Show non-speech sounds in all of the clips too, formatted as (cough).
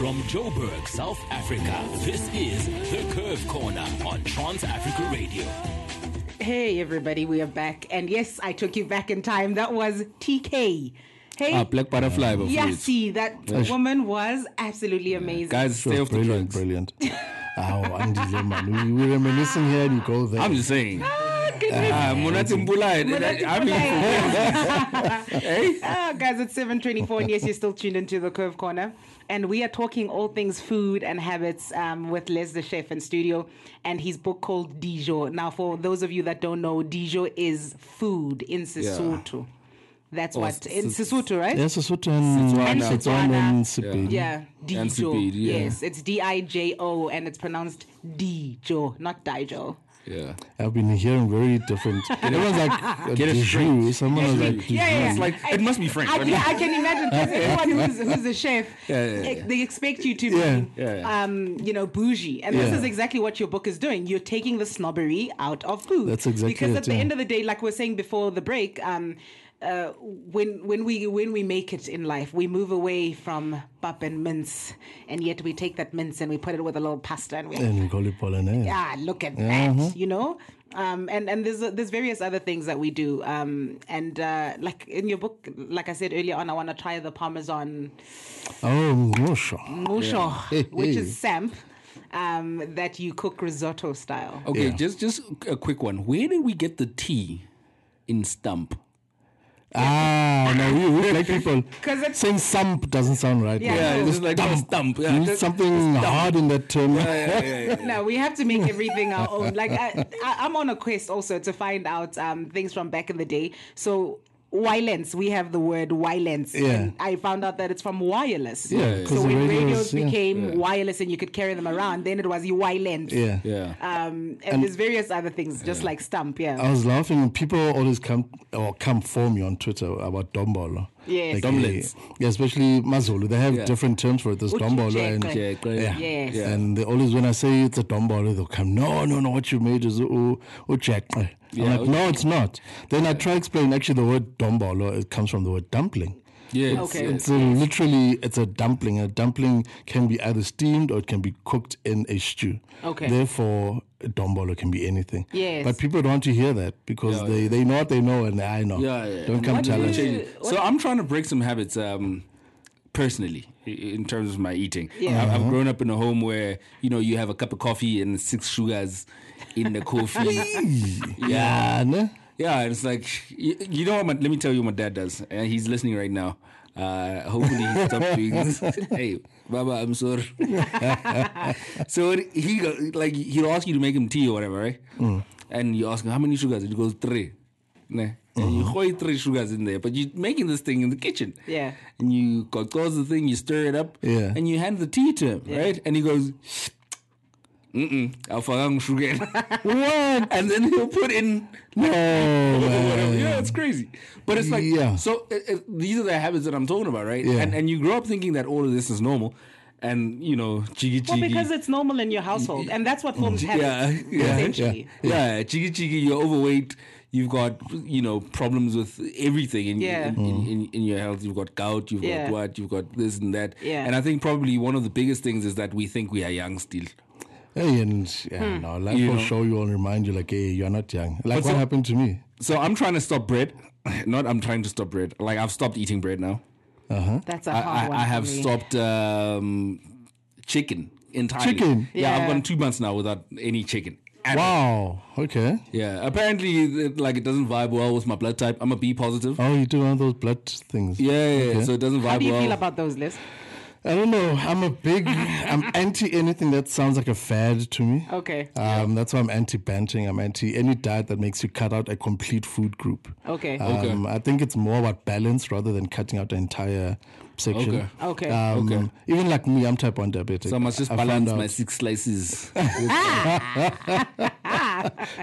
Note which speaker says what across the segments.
Speaker 1: From Joburg, South Africa, this is The Curve Corner on Trans Africa Radio.
Speaker 2: Hey, everybody, we are back. And yes, I took you back in time. That was TK. Hey,
Speaker 3: Ah, Black Butterfly. of
Speaker 2: yeah,
Speaker 3: course.
Speaker 2: see, that woman was absolutely amazing.
Speaker 3: Guys, stay
Speaker 4: was
Speaker 3: off the
Speaker 4: brilliant,
Speaker 3: drugs.
Speaker 4: brilliant. oh, Andy man, we, we're reminiscing here and you go there.
Speaker 3: I'm just saying.
Speaker 2: Ah, goodness.
Speaker 3: Ah, Monate Mpulai.
Speaker 2: Monate
Speaker 3: I mean, (laughs) hey?
Speaker 2: (laughs) Ah, guys, it's 724, and yes, you're still tuned into the Curve Corner. And we are talking all things food and habits um, with Les the Chef in studio and his book called Dijo. Now, for those of you that don't know, Dijo is food in Sesotho. That's what, in Sesotho, right?
Speaker 4: Yes, Sesotho and
Speaker 2: And
Speaker 4: Setswana and
Speaker 2: Setswana.
Speaker 4: Sepedi.
Speaker 2: Yeah,
Speaker 3: And
Speaker 2: Dijo.
Speaker 3: Sipedi, yeah.
Speaker 2: Yes, it's D I J O and it's pronounced Dijo, not Dijo.
Speaker 3: Yeah.
Speaker 4: I've been hearing very different. Everyone's like,
Speaker 3: Get it
Speaker 4: Dijou.
Speaker 3: straight.
Speaker 4: Someone was like,
Speaker 2: Yeah, yeah, yeah.
Speaker 3: It's like, it must be French.
Speaker 2: I,
Speaker 3: right?
Speaker 2: yeah, I can imagine because
Speaker 3: (laughs)
Speaker 2: anyone who's, who's a chef,
Speaker 3: Yeah, yeah, yeah.
Speaker 2: eh, they expect you to
Speaker 4: Yeah,
Speaker 2: be,
Speaker 3: yeah, yeah.
Speaker 2: Um, you know, bougie. And this
Speaker 4: Yeah.
Speaker 2: is exactly what your book is doing. You're taking the snobbery out of food.
Speaker 4: That's exactly
Speaker 2: because
Speaker 4: it,
Speaker 2: at the
Speaker 4: yeah.
Speaker 2: end of the day, like we we're saying before the break, um, uh, when when we when we make it in life, we move away from pap and mince, and yet we take that mince and we put it with a little pasta and we
Speaker 4: and we call it Polonaise.
Speaker 2: ah, look at
Speaker 4: Mm-hmm.
Speaker 2: that, you know. Um, and and there's there's various other things that we do. Um, and uh, like in your book, like I said earlier on, I want to try the Parmesan
Speaker 4: Oh, no, sure.
Speaker 2: musho,
Speaker 4: Yeah.
Speaker 2: which is samp, um, that you cook risotto style.
Speaker 3: ah, Okay,
Speaker 4: Yeah.
Speaker 3: just just a quick one. Where did we get the T in stump?
Speaker 4: Ah, now we, we black people.
Speaker 2: 'Cause it's-
Speaker 4: Saying sump doesn't sound right.
Speaker 2: Yeah, Yeah, it's
Speaker 3: just like
Speaker 4: stump.
Speaker 3: stump, yeah.
Speaker 4: You need something hard in that term.
Speaker 2: (laughs)
Speaker 4: (laughs)
Speaker 2: No, we have to make everything our own. Like I, I, I'm on a quest also to find out um, things from back in the day. So. Wireless, we have the word wireless,
Speaker 4: Yeah.
Speaker 2: and I found out that it's from wireless.
Speaker 4: Yeah, 'cause
Speaker 2: so
Speaker 4: the
Speaker 2: when radios
Speaker 4: radios, yeah.
Speaker 2: became wireless and you could carry them around, then it was wireless.
Speaker 4: yeah.
Speaker 3: Yeah.
Speaker 2: Um, and, there's various other things, just like stump. Yeah.
Speaker 3: Oh,
Speaker 4: I was laughing. People always come or come for me on Twitter about dombolo.
Speaker 2: Yes.
Speaker 3: Domlets.
Speaker 4: eh, yeah, especially Mazulu. They have
Speaker 3: Yeah.
Speaker 4: different terms for it. There's
Speaker 2: Uthi
Speaker 4: dombolo and
Speaker 2: jeqe.
Speaker 3: Jeqe.
Speaker 4: yeah.
Speaker 2: Yes.
Speaker 3: Yeah.
Speaker 4: And they always when I say it's a dombolo, they'll come. No, no, no. What you made is u- ujeqe.
Speaker 3: Yeah,
Speaker 4: I'm like, no, it's not. Then I try to explain. Actually, the word dombolo it comes from the word dumpling.
Speaker 3: Yes,
Speaker 4: It's,
Speaker 2: Okay.
Speaker 4: it's a- literally it's a dumpling. A dumpling can be either steamed or it can be cooked in a stew.
Speaker 2: Okay.
Speaker 4: Therefore, a dombolo can be anything.
Speaker 2: Yes.
Speaker 4: But people don't want to hear that because
Speaker 3: Yeah,
Speaker 4: they, they know what they know and I know.
Speaker 3: Yeah, yeah.
Speaker 4: Don't come
Speaker 3: What
Speaker 4: tell
Speaker 3: do
Speaker 4: us.
Speaker 3: you- So I'm trying to break some habits. Um, personally, i- in terms of my eating,
Speaker 2: Yeah.
Speaker 3: I've- I've
Speaker 4: Uh-huh.
Speaker 3: grown up in a home where you know you have a cup of coffee and six sugars in the
Speaker 2: (laughs)
Speaker 3: coffee.
Speaker 4: Yeah, ne?
Speaker 3: yeah, and it's like you, you know what? My, let me tell you what my dad does, and he's listening right now. Uh, hopefully he
Speaker 4: (laughs)
Speaker 3: stopped doing this. (laughs) hey, Baba, I'm sorry. (laughs) so it- he go- like he'll ask you to make him tea or whatever, right?
Speaker 4: Mm.
Speaker 3: And you ask him how many sugars, and he goes three. Nah. And
Speaker 4: Mm-hmm.
Speaker 3: you throw three sugars in there, but you're making this thing in the kitchen.
Speaker 2: Yeah.
Speaker 3: And you co- close the thing, you stir it up,
Speaker 4: Yeah.
Speaker 3: and you hand the tea to him, right? And he goes, mm-mm, I'll fuck sugar.
Speaker 4: (laughs) What?
Speaker 3: and then he'll put in
Speaker 4: No,
Speaker 3: whatever.
Speaker 4: man.
Speaker 3: Yeah, it's crazy. But it's like,
Speaker 4: Yeah.
Speaker 3: so it, it- these are the habits that I'm talking about, right?
Speaker 4: Yeah.
Speaker 3: And, and you grow up thinking that all of this is normal. And, you know, chiggy
Speaker 2: Well,
Speaker 3: chiggy.
Speaker 2: because it's normal in your household, and that's what forms habits,
Speaker 3: yeah, (laughs) yeah,
Speaker 2: essentially.
Speaker 3: yeah, chiggy chiggy, you're overweight. You've got, you know, problems with everything in,
Speaker 2: Yeah.
Speaker 3: in, in,
Speaker 4: Mm.
Speaker 3: in, in your health. You've got gout, you've
Speaker 2: Yeah.
Speaker 3: got what, you've got this and that.
Speaker 2: Yeah.
Speaker 3: And I think probably one of the biggest things is that we think we are young still.
Speaker 4: Hey, and yeah, no, life
Speaker 3: Hmm. You
Speaker 4: will
Speaker 3: know.
Speaker 4: show you will remind you like, hey, you're not young. Like
Speaker 3: But
Speaker 4: what
Speaker 3: so-
Speaker 4: happened to me.
Speaker 3: So I'm trying to stop bread. (laughs) Not I'm trying to stop bread. Like I've stopped eating bread now.
Speaker 2: That's a
Speaker 3: I,
Speaker 2: hard one.
Speaker 3: I, I
Speaker 2: for
Speaker 3: have
Speaker 2: me.
Speaker 3: stopped um, chicken entirely.
Speaker 4: Chicken?
Speaker 3: Yeah,
Speaker 2: Yeah.
Speaker 3: I've gone two months now without any chicken. at all.
Speaker 4: Wow. Okay.
Speaker 3: Yeah, apparently, it- like it doesn't vibe well with my blood type. I'm a B positive.
Speaker 4: Oh, you do one of those blood things.
Speaker 3: Yeah, yeah, yeah, so it doesn't vibe
Speaker 2: How do you
Speaker 3: well.
Speaker 2: feel about those lists?
Speaker 4: I don't know. I'm a big.
Speaker 3: (laughs)
Speaker 4: I'm anti anything that sounds like a fad to me.
Speaker 2: Okay.
Speaker 4: Um, that's why I'm anti banting. I'm anti any diet that makes you cut out a complete food group.
Speaker 2: Okay.
Speaker 3: Okay.
Speaker 4: Um, I think it's more about balance rather than cutting out the entire section.
Speaker 3: Okay.
Speaker 2: Okay.
Speaker 4: Um,
Speaker 3: Okay.
Speaker 4: Even like me, I'm type 1 diabetic.
Speaker 3: so I must just
Speaker 4: I found
Speaker 3: balance
Speaker 4: out-
Speaker 3: my six slices.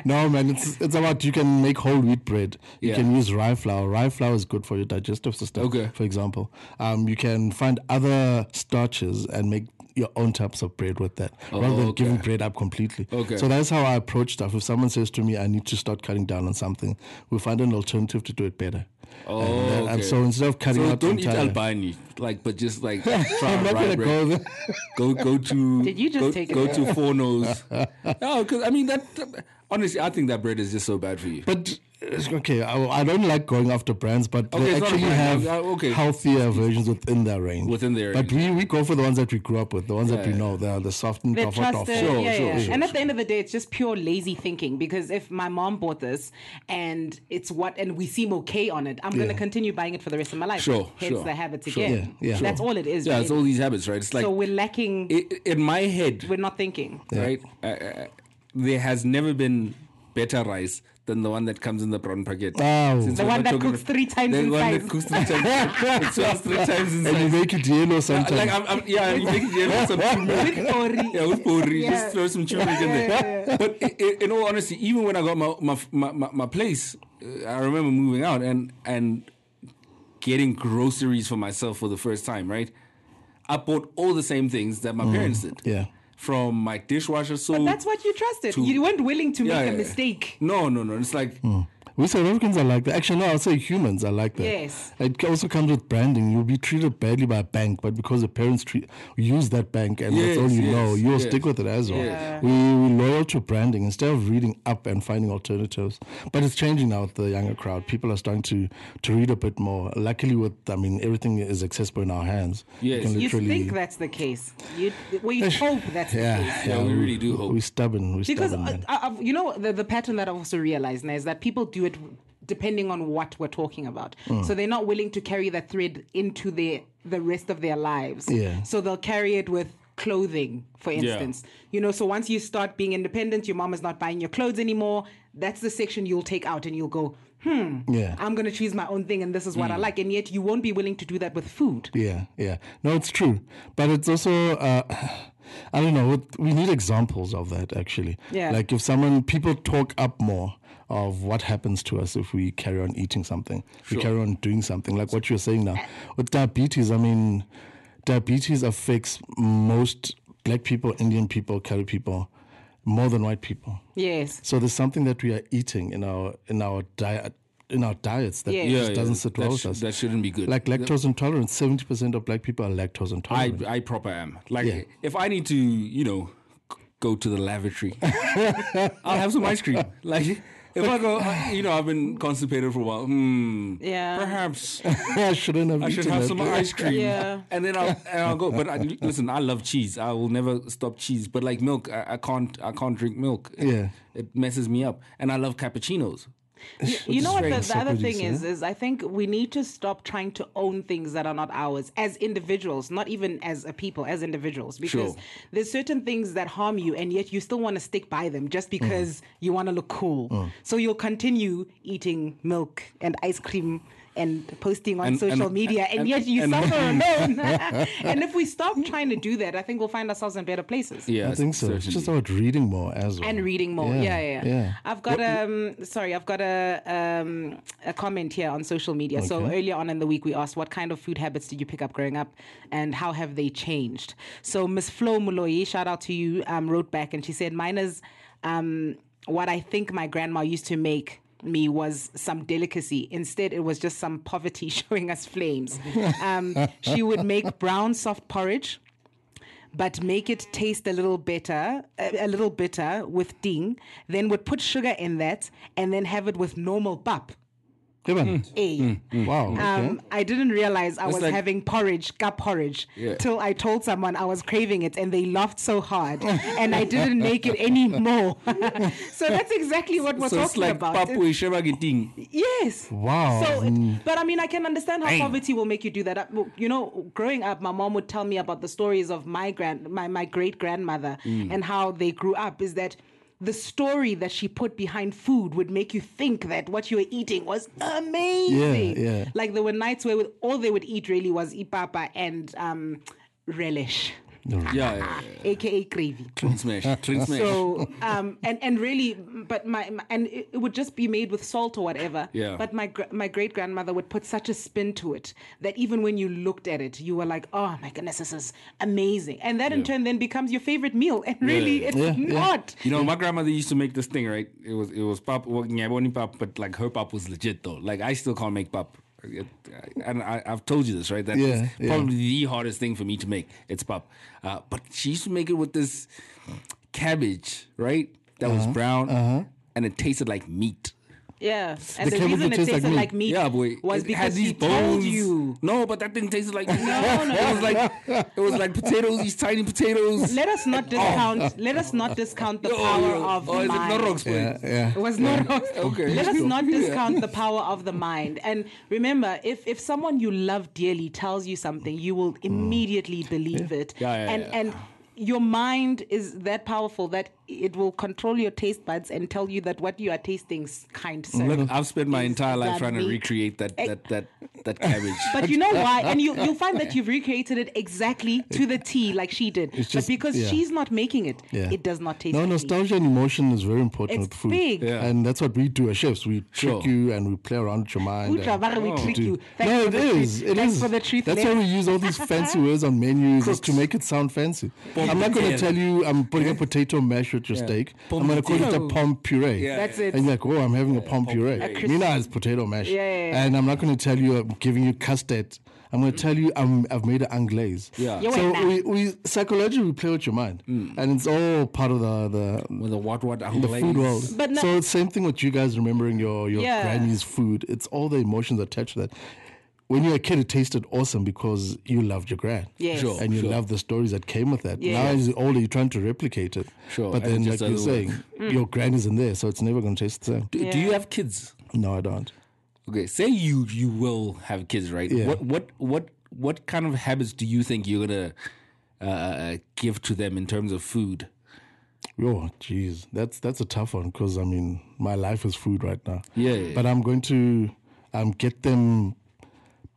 Speaker 4: No, man, it's, it's about you can make whole wheat bread. You
Speaker 3: Yeah.
Speaker 4: can use rye flour. Rye flour is good for your digestive system,
Speaker 3: Okay.
Speaker 4: for example. Um, you can find other starches and make your own types of bread with that rather than
Speaker 3: Oh, okay.
Speaker 4: giving bread up completely.
Speaker 3: Okay.
Speaker 4: So that's how I approach stuff. If someone says to me, I need to start cutting down on something, we find an alternative to do it better.
Speaker 3: Oh,
Speaker 4: and, that- and
Speaker 3: okay.
Speaker 4: so instead of cutting
Speaker 3: so
Speaker 4: out
Speaker 3: don't
Speaker 4: the
Speaker 3: eat
Speaker 4: entire-
Speaker 3: albani. like, but
Speaker 4: (laughs)
Speaker 3: just like try
Speaker 4: I'm not
Speaker 3: rye
Speaker 4: gonna
Speaker 3: bread.
Speaker 4: go there.
Speaker 3: Go go
Speaker 2: (laughs)
Speaker 3: to.
Speaker 2: Did you just
Speaker 3: go,
Speaker 2: take it
Speaker 3: go
Speaker 2: there?
Speaker 3: to
Speaker 4: (laughs)
Speaker 3: Four Nose? no, because I mean that, that- Honestly, I think that bread is just so bad for you.
Speaker 4: But it's okay, I, I don't like going after brands, but
Speaker 3: Okay,
Speaker 4: they
Speaker 3: it's not a
Speaker 4: actually
Speaker 3: brand,
Speaker 4: have
Speaker 3: uh, okay.
Speaker 4: healthier versions within their range.
Speaker 3: Within their
Speaker 4: but we, we go for the ones that we grew up with, the ones that we
Speaker 3: Yeah.
Speaker 4: know, the the softened,
Speaker 2: They're
Speaker 4: tougher, tougher.
Speaker 2: trusted. yeah,
Speaker 3: Oh, sure,
Speaker 2: yeah.
Speaker 3: sure,
Speaker 2: and at the end of the day, it's just pure lazy thinking. Because if my mom bought this and it's what, and we seem okay on it, I'm going to
Speaker 4: Yeah.
Speaker 2: continue buying it for the rest of my life.
Speaker 3: Sure,
Speaker 2: Hence
Speaker 3: sure,
Speaker 2: the habits
Speaker 3: sure.
Speaker 2: again.
Speaker 4: Yeah, yeah.
Speaker 2: That's all it is.
Speaker 3: yeah, it's
Speaker 2: really.
Speaker 3: all these habits, right? It's like
Speaker 2: so we're lacking.
Speaker 3: i in my head,
Speaker 2: we're not thinking.
Speaker 3: right? Uh, uh, there has never been better rice than the one that comes in the brown packet.
Speaker 4: Wow.
Speaker 3: Since
Speaker 2: The
Speaker 3: we're
Speaker 2: one
Speaker 3: not
Speaker 2: that
Speaker 3: talking
Speaker 2: cooks
Speaker 3: about-
Speaker 2: three times
Speaker 3: the
Speaker 2: in
Speaker 3: one
Speaker 2: size.
Speaker 3: that cooks
Speaker 4: (laughs)
Speaker 3: three times. it sells three times in
Speaker 4: And you
Speaker 3: size.
Speaker 4: make it yellow
Speaker 3: Uh,
Speaker 4: sometimes.
Speaker 3: Like I'm, I'm, yeah, you make it
Speaker 4: (laughs)
Speaker 3: yellow some turmeric.
Speaker 2: With Ori.
Speaker 3: Yeah, with pori,
Speaker 2: Yeah.
Speaker 3: just throw some turmeric in there. But i- i- in all honesty, even when I got my my my, my, my place, uh, I remember moving out and and getting groceries for myself for the first time. Right, I bought all the same things that my parents did.
Speaker 4: Mm. yeah.
Speaker 3: from my dishwasher soap.
Speaker 2: But that's what you trusted. you weren't willing to
Speaker 3: Yeah,
Speaker 2: make
Speaker 3: yeah,
Speaker 2: a
Speaker 3: yeah.
Speaker 2: mistake.
Speaker 3: No, no, no. It's like
Speaker 4: Mm. We South Africans are like that. Actually, no, I'll say humans are like that.
Speaker 2: Yes.
Speaker 4: It also comes with branding. You'll be treated badly by a bank, but because your parents treat, use that bank and that's all
Speaker 3: Yes,
Speaker 4: you
Speaker 3: yes,
Speaker 4: know, you'll
Speaker 3: yes.
Speaker 4: stick with it as well.
Speaker 2: Yeah.
Speaker 4: We, we're loyal to branding instead of reading up and finding alternatives. But it's changing now with the younger crowd. People are starting to, to read a bit more. Luckily, with, I mean, everything is accessible in our hands. We
Speaker 3: Yes.
Speaker 4: can
Speaker 2: You
Speaker 4: literally-
Speaker 2: think that's the case. You, well,
Speaker 4: (laughs)
Speaker 2: you hope that's the case.
Speaker 4: yeah,
Speaker 3: Yeah, we really do hope.
Speaker 4: We're stubborn. We're
Speaker 2: because
Speaker 4: stubborn.
Speaker 2: uh,
Speaker 4: man.
Speaker 2: I, I've, you know the, the pattern that i've also realized now is that people do it depending on what we're talking about
Speaker 4: Hmm.
Speaker 2: so they're not willing to carry that thread into their the rest of their lives
Speaker 4: Yeah.
Speaker 2: so they'll carry it with clothing for instance you know so once you start being independent your mom is not buying your clothes anymore that's the section you'll take out and you'll go hmm
Speaker 4: Yeah.
Speaker 2: i'm going to choose my own thing and this is what i
Speaker 4: Hmm.
Speaker 2: like and yet you won't be willing to do that with food
Speaker 4: Yeah, yeah. No, it's true, but it's also uh, I don't know. what- We need examples of that actually.
Speaker 2: Yeah.
Speaker 4: Like if someone people talk up more of what happens to us if we carry on eating something, if we carry on doing something like what you're saying
Speaker 2: Eh.
Speaker 4: now with diabetes. I mean, diabetes affects most black people, Indian people, Carib people more than white people.
Speaker 2: yes
Speaker 4: So there's something that we are eating in our in our diet in our diets that
Speaker 2: Yeah.
Speaker 4: just
Speaker 2: Yeah,
Speaker 4: doesn't sit
Speaker 3: that
Speaker 4: well
Speaker 3: sh-
Speaker 4: with us.
Speaker 3: That shouldn't be good.
Speaker 4: Like lactose intolerant, seventy percent of black people are lactose
Speaker 3: I,
Speaker 4: intolerant.
Speaker 3: I proper am. Like
Speaker 4: Yeah.
Speaker 3: if I need to, you know, c- go to the lavatory, (laughs) I'll have some
Speaker 4: (laughs)
Speaker 3: ice cream. Like if I go, I- you know, I've been constipated for a while. Hmm.
Speaker 2: Yeah.
Speaker 4: (laughs)
Speaker 3: Perhaps
Speaker 4: I, shouldn't have
Speaker 3: I should
Speaker 4: eaten
Speaker 3: have
Speaker 4: that.
Speaker 3: some ice cream.
Speaker 2: Yeah.
Speaker 3: And then I'll, and I'll go. But I, listen, I love cheese. I will never stop cheese. But like milk, I, I can't. I can't drink milk. It-
Speaker 4: Yeah.
Speaker 3: It messes me up. And I love cappuccinos.
Speaker 2: you know what
Speaker 3: very
Speaker 2: the, the other
Speaker 4: separatist,
Speaker 2: thing is is i think we need to stop trying to own things that are not ours as individuals not even as a people as individuals because
Speaker 3: Sure.
Speaker 2: there's certain things that harm you and yet you still want to stick by them just because you want to look cool so you'll continue eating milk and ice cream and posting on
Speaker 3: And-
Speaker 2: social
Speaker 3: and-
Speaker 2: media and,
Speaker 3: and-
Speaker 2: yet you
Speaker 3: and-
Speaker 2: suffer alone and if we stop trying to do that i think we'll find ourselves in better places
Speaker 4: (laughs)
Speaker 3: Yeah,
Speaker 4: I think so. It's just about reading more as well.
Speaker 2: and reading more. Yeah, yeah. yeah.
Speaker 4: yeah.
Speaker 2: I've got um sorry, I've got a um a comment here on social media. So earlier on in the week we asked what kind of food habits did you pick up growing up and how have they changed? So Miss Flo Muloyi, shout out to you, um, wrote back and she said mine is um what I think my grandma used to make me was some delicacy. Instead, it was just some poverty (laughs) showing us flames. Um, she would make brown soft porridge but make it taste a little better, a, a little bitter with ding. Then would put sugar in that, and then have it with normal pap.
Speaker 4: Come on.
Speaker 3: Mm.
Speaker 2: A.
Speaker 4: Mm. Wow. okay.
Speaker 2: Um, I didn't realize I was
Speaker 3: like-
Speaker 2: having porridge, cup porridge,
Speaker 3: Yeah.
Speaker 2: till I told someone I was craving it, and they laughed so
Speaker 3: (laughs)
Speaker 2: hard, and I didn't make it anymore. (laughs) so that's exactly what we're
Speaker 3: So it's
Speaker 2: talking
Speaker 3: like
Speaker 2: about.
Speaker 3: papu
Speaker 2: It's-
Speaker 3: ishebagiting.
Speaker 2: Yes.
Speaker 4: Wow. Mm.
Speaker 2: So, it, but I mean, I can understand how poverty will make you do that. I- You know, growing up, my mom would tell me about the stories of my grand, my my great grandmother,
Speaker 4: Mm.
Speaker 2: and how they grew up. Is that the story that she put behind food would make you think that what you were eating was amazing.
Speaker 4: yeah.
Speaker 2: Like there were nights where with, all they would eat really was ipapa and um, relish,
Speaker 3: Yeah, yeah, yeah.
Speaker 2: aka gravy.
Speaker 3: Clean
Speaker 4: (laughs)
Speaker 3: smash. Clean smash.
Speaker 2: So, um, and and really, but my, my and it it would just be made with salt or whatever.
Speaker 3: Yeah.
Speaker 2: But my gr- my great grandmother would put such a spin to it that even when you looked at it, you were like, oh my goodness, this is amazing. And that in turn then becomes your favorite meal. And really,
Speaker 3: yeah.
Speaker 2: it's
Speaker 4: Yeah, yeah.
Speaker 2: not.
Speaker 3: You know, my grandmother used to make this thing, right? It was it was pop, well, yeah, only pop, but like her pop was legit though. Like I still can't make pop. and I, I've told you this, right? That's
Speaker 4: Yeah, yeah.
Speaker 3: probably the hardest thing for me to make. It's pop. Uh, but she used to make it with this cabbage, right? That
Speaker 4: Uh-huh.
Speaker 3: was brown, and it tasted like meat.
Speaker 2: Yeah, and the,
Speaker 4: cabbage
Speaker 2: reason
Speaker 4: would
Speaker 2: it
Speaker 4: taste
Speaker 2: tasted
Speaker 4: like
Speaker 2: like
Speaker 4: meat.
Speaker 2: meat,
Speaker 3: yeah, boy.
Speaker 2: was
Speaker 3: it
Speaker 2: because
Speaker 3: had these
Speaker 2: she told
Speaker 3: bones.
Speaker 2: you.
Speaker 3: No, but that thing tasted
Speaker 2: (laughs)
Speaker 3: like meat.
Speaker 2: No, no,
Speaker 3: (laughs) It was like it was like potatoes. These tiny potatoes.
Speaker 2: Let us not discount. Let us not discount the
Speaker 3: (laughs) Oh,
Speaker 2: power
Speaker 3: oh,
Speaker 2: of
Speaker 3: oh,
Speaker 2: the
Speaker 3: is it
Speaker 2: mind.
Speaker 3: not rock spoon?
Speaker 4: Yeah, yeah.
Speaker 2: It was not
Speaker 3: (laughs) Okay.
Speaker 2: Let us
Speaker 3: Yeah.
Speaker 2: not discount the power of the mind. And remember, if if someone you love dearly tells you something, you
Speaker 4: Mm.
Speaker 2: will immediately believe it.
Speaker 3: Yeah, yeah,
Speaker 2: and
Speaker 3: yeah.
Speaker 2: and your mind is that powerful that it will control your taste buds and tell you that what you are tasting is kind sir.
Speaker 4: Mm-hmm.
Speaker 3: Look, I've spent my
Speaker 2: Is
Speaker 3: entire life
Speaker 2: that
Speaker 3: trying to
Speaker 2: meat?
Speaker 3: recreate that
Speaker 2: Eh.
Speaker 3: that that that cabbage.
Speaker 2: But
Speaker 4: (laughs)
Speaker 2: you know why? And you, you'll find that you've recreated it exactly to the T like she did.
Speaker 4: just-
Speaker 2: but because
Speaker 4: yeah.
Speaker 2: she's not making it,
Speaker 4: Yeah.
Speaker 2: it does not taste
Speaker 4: No,
Speaker 2: like meat.
Speaker 4: nostalgia and emotion is very important
Speaker 2: It's
Speaker 4: with food.
Speaker 2: big.
Speaker 3: Yeah.
Speaker 4: And that's what we do as chefs. We
Speaker 3: Sure.
Speaker 4: trick you and we play around with your mind.
Speaker 2: Ooh,
Speaker 4: and
Speaker 2: Jabari, we
Speaker 4: we
Speaker 2: trick
Speaker 4: do-
Speaker 2: you. Thanks
Speaker 4: Oh, No,
Speaker 2: for
Speaker 4: it
Speaker 2: the treat.
Speaker 4: is. It
Speaker 2: Thanks
Speaker 4: is.
Speaker 2: for the treat,
Speaker 4: That's
Speaker 2: Lev.
Speaker 4: why we use all these fancy words on menus is to make it sound fancy. I'm not going to
Speaker 3: Pompidou.
Speaker 4: tell you I'm putting a potato mash with your steak. I'm going to call it a
Speaker 3: Pompidou.
Speaker 4: pom puree.
Speaker 3: Yeah.
Speaker 2: That's it.
Speaker 4: And you're like, oh, I'm having a pom puree.
Speaker 2: puree.
Speaker 4: Mina is potato mash.
Speaker 2: Yeah, yeah, yeah.
Speaker 4: And I'm not going to tell you I'm giving you custard. I'm going to tell you I'm, I've made an anglaise.
Speaker 3: Yeah. Mm.
Speaker 2: You
Speaker 4: So
Speaker 2: went
Speaker 4: we, we psychologically we play with your mind, and it's all part of the the,
Speaker 3: With a what what the
Speaker 4: the food world.
Speaker 2: But no-
Speaker 4: so it's same thing with you guys remembering your your
Speaker 2: Yeah.
Speaker 4: granny's food. It's all the emotions attached to that. When you were a kid, it tasted awesome because you loved your gran.
Speaker 2: Yes. Sure,
Speaker 4: and you
Speaker 3: sure.
Speaker 4: loved the stories that came with that. Now
Speaker 2: Yeah.
Speaker 4: as you're older, you're trying to replicate it.
Speaker 3: Sure,
Speaker 4: But
Speaker 3: and it
Speaker 4: then, like
Speaker 3: just
Speaker 4: you're
Speaker 3: doesn't
Speaker 4: saying, your gran isn't there, so it's never going to taste the same.
Speaker 3: Do, do you have kids?
Speaker 4: No, I don't.
Speaker 3: Okay, say you you will have kids, right?
Speaker 4: Yeah.
Speaker 3: What what what what kind of habits do you think you're gonna uh, uh, give to them in terms of food?
Speaker 4: Oh, jeez, that's that's a tough one because I mean, my life is food right now.
Speaker 3: Yeah, yeah,
Speaker 4: But I'm going to um get them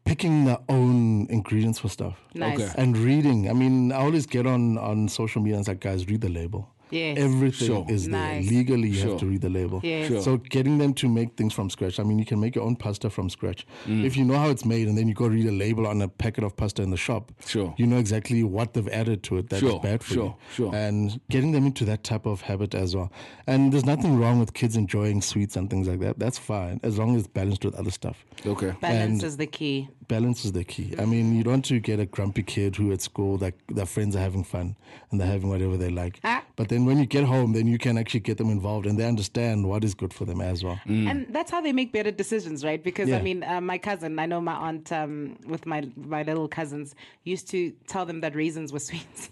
Speaker 4: picking their own ingredients for stuff.
Speaker 2: Nice.
Speaker 3: Okay.
Speaker 4: And reading. I mean, I always get on on social media and it's like, guys, read the label.
Speaker 2: Yes.
Speaker 4: Everything
Speaker 3: Sure.
Speaker 4: is there.
Speaker 2: Nice.
Speaker 4: Legally, you
Speaker 3: Sure.
Speaker 4: have to read the label.
Speaker 2: Yes. Sure.
Speaker 4: So getting them to make things from scratch. I mean, you can make your own pasta from scratch.
Speaker 3: Mm.
Speaker 4: If you know how it's made and then you go read a label on a packet of pasta in the shop,
Speaker 3: Sure.
Speaker 4: you know exactly what they've added to it that's
Speaker 3: Sure,
Speaker 4: bad for
Speaker 3: sure,
Speaker 4: you.
Speaker 3: sure.
Speaker 4: And getting them into that type of habit as well. And there's nothing wrong with kids enjoying sweets and things like that. That's fine, as long as it's balanced with other stuff
Speaker 3: Okay.
Speaker 2: Balance
Speaker 4: And-
Speaker 2: is the key.
Speaker 4: balance is the key. I mean, you don't want to get a grumpy kid who at school like their friends are having fun and they're having whatever they like.
Speaker 2: Ah.
Speaker 4: But then when you get home, then you can actually get them involved and they understand what is good for them as well.
Speaker 2: And that's how they make better decisions, right? Because I
Speaker 4: Yeah.
Speaker 2: mean, uh, my cousin, I know my aunt um, with my my little cousins used to tell them that raisins were (laughs) sweets.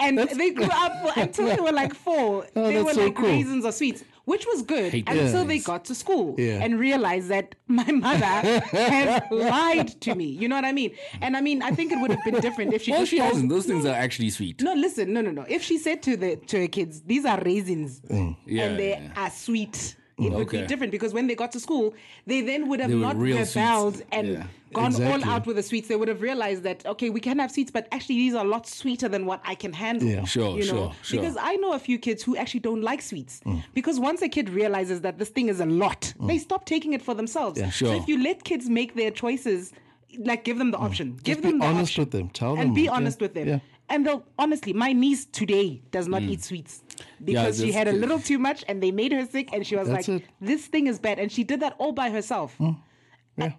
Speaker 2: and they grew up until they were like four. they
Speaker 4: that's
Speaker 2: were
Speaker 4: so
Speaker 2: like
Speaker 4: cool.
Speaker 2: raisins or sweets, which was good
Speaker 3: Hate
Speaker 2: until
Speaker 3: raisins.
Speaker 2: they got to school
Speaker 4: Yeah.
Speaker 2: and realized that my mother has lied to me. You know what I mean? And I mean, I think it would have been different if she
Speaker 3: Well,
Speaker 2: just
Speaker 3: she
Speaker 2: told-
Speaker 3: hasn't. Those things are actually sweet.
Speaker 2: No, listen, no, no, no. If she said to the to her kids, "These are raisins,
Speaker 4: Mm.
Speaker 3: Yeah,
Speaker 2: and they
Speaker 3: yeah.
Speaker 2: are sweet," it would
Speaker 3: Okay.
Speaker 2: be different because when they got to school, they then would have
Speaker 3: were
Speaker 2: not
Speaker 3: real sweets.
Speaker 2: rebelled and
Speaker 3: Yeah.
Speaker 2: gone
Speaker 4: Exactly.
Speaker 2: all out with the sweets. They would have realized that okay, we can have sweets, but actually these are a lot sweeter than what I can handle.
Speaker 4: Yeah.
Speaker 3: Sure,
Speaker 2: you know?
Speaker 3: sure, sure.
Speaker 2: Because I know a few kids who actually don't like sweets
Speaker 4: Mm.
Speaker 2: because once a kid realizes that this thing is a lot, they stop taking it for themselves.
Speaker 3: sure.
Speaker 2: So if you let kids make their choices. Like give them the option. Give
Speaker 4: Mm. Just
Speaker 2: them
Speaker 4: be
Speaker 2: the
Speaker 4: honest
Speaker 2: option
Speaker 4: with them. Tell them
Speaker 2: and be
Speaker 4: yeah,
Speaker 2: honest with them.
Speaker 4: yeah.
Speaker 2: And they'll honestly, my niece today does not eat sweets because she
Speaker 3: that's
Speaker 2: had a
Speaker 3: good.
Speaker 2: little too much, and they made her sick, and she was
Speaker 4: That's
Speaker 2: like,
Speaker 4: it.
Speaker 2: "This thing is bad," and she did that all by herself. Uh,
Speaker 4: Yeah.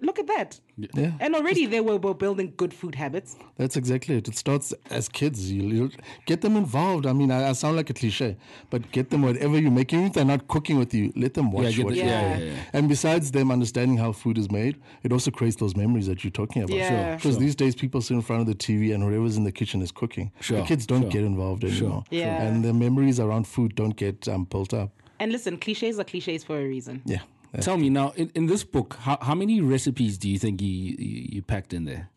Speaker 2: Look at that.
Speaker 4: Yeah.
Speaker 2: And already they were, were building good food habits.
Speaker 4: That's exactly it. It starts as kids. You, you get them involved. I mean, I, I sound like a cliche, but get them whatever you make. Even if they're not cooking with you, let them watch
Speaker 3: get
Speaker 4: what
Speaker 3: the-
Speaker 4: you're
Speaker 2: yeah,
Speaker 4: doing.
Speaker 3: yeah, yeah.
Speaker 4: And besides them understanding how food is made, it also creates those memories that you're talking about.
Speaker 2: Sure, Yeah.
Speaker 4: Because these days, people sit in front of the TV and whoever's in the kitchen is cooking.
Speaker 3: Sure,
Speaker 4: The kids don't
Speaker 3: sure.
Speaker 4: get involved anymore.
Speaker 2: Yeah.
Speaker 4: And the memories around food don't get um, built up.
Speaker 2: And listen, cliches are cliches for a reason.
Speaker 4: Yeah. That's
Speaker 3: Tell me now, in, in this book, how, how many recipes do you think you, you, you packed in there?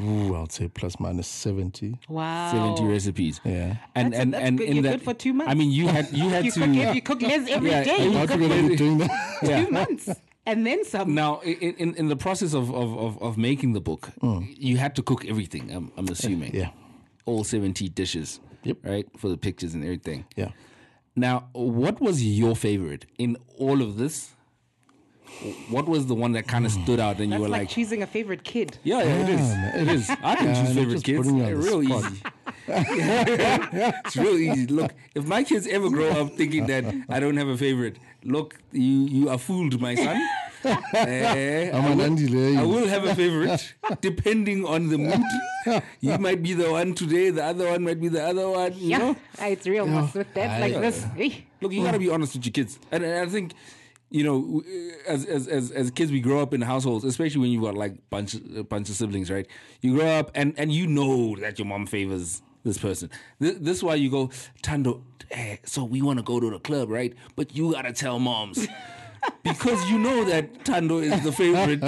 Speaker 4: ooh, I would say plus minus
Speaker 3: (laughs)
Speaker 4: 70.
Speaker 2: Wow.
Speaker 3: Seventy recipes.
Speaker 4: Yeah.
Speaker 3: and
Speaker 2: Oh. That's-
Speaker 3: and
Speaker 2: that's
Speaker 3: and
Speaker 2: good.
Speaker 3: in
Speaker 2: You're
Speaker 3: that,
Speaker 2: good for two months.
Speaker 3: I mean, you had
Speaker 2: (laughs)
Speaker 3: you had
Speaker 2: You
Speaker 3: to
Speaker 2: cook, if you cook less every
Speaker 3: Yeah,
Speaker 2: day.
Speaker 3: and
Speaker 2: you
Speaker 4: How
Speaker 2: cook
Speaker 4: are we going to be doing that? (laughs)
Speaker 3: yeah.
Speaker 2: two months, and then some.
Speaker 3: Now, i- in, in, in the process of, of, of, of making the book, you had to cook everything, I'm, I'm assuming.
Speaker 4: Mm. Yeah.
Speaker 3: All 70 dishes.
Speaker 4: Yep.
Speaker 3: Right? For the pictures and everything.
Speaker 4: Yeah.
Speaker 3: Now, what was your favorite in all of this? What was the one that kind
Speaker 4: Mm.
Speaker 3: of stood out and you
Speaker 2: That's
Speaker 3: were
Speaker 2: like,
Speaker 3: like,
Speaker 2: choosing a favorite kid.
Speaker 3: yeah, yeah, it is.
Speaker 4: man,
Speaker 3: It is. I can (laughs)
Speaker 4: Yeah, and Um,
Speaker 3: choose
Speaker 4: it
Speaker 3: favorite
Speaker 4: just
Speaker 3: kids.
Speaker 4: putting you on the
Speaker 3: Real
Speaker 4: spot.
Speaker 3: easy. (laughs) it's real easy. Look, if my kids ever grow up thinking that I don't have a favorite, look, you you are fooled, my son. Eh,
Speaker 4: I'm
Speaker 3: I
Speaker 4: an
Speaker 3: will-
Speaker 4: Andy Lay.
Speaker 3: I will have a favorite depending on the
Speaker 4: (laughs)
Speaker 3: mood. You might be the one today, the other one might be the other one. You
Speaker 2: Yeah, (laughs)
Speaker 3: know,
Speaker 2: Ah, it's real. must with that, like this. Eh.
Speaker 3: look, you gotta be honest with your kids, and, and I think. You know, w- uh, as, as as as kids, we grow up in households, especially when you've got like bunch a bunch of siblings, right? You grow up, and and you know that your mom favors this person. This, this is why you go, Tando. Eh, so we want to go to the club, right? But you gotta tell moms. (laughs) Because you know that Tando is the favorite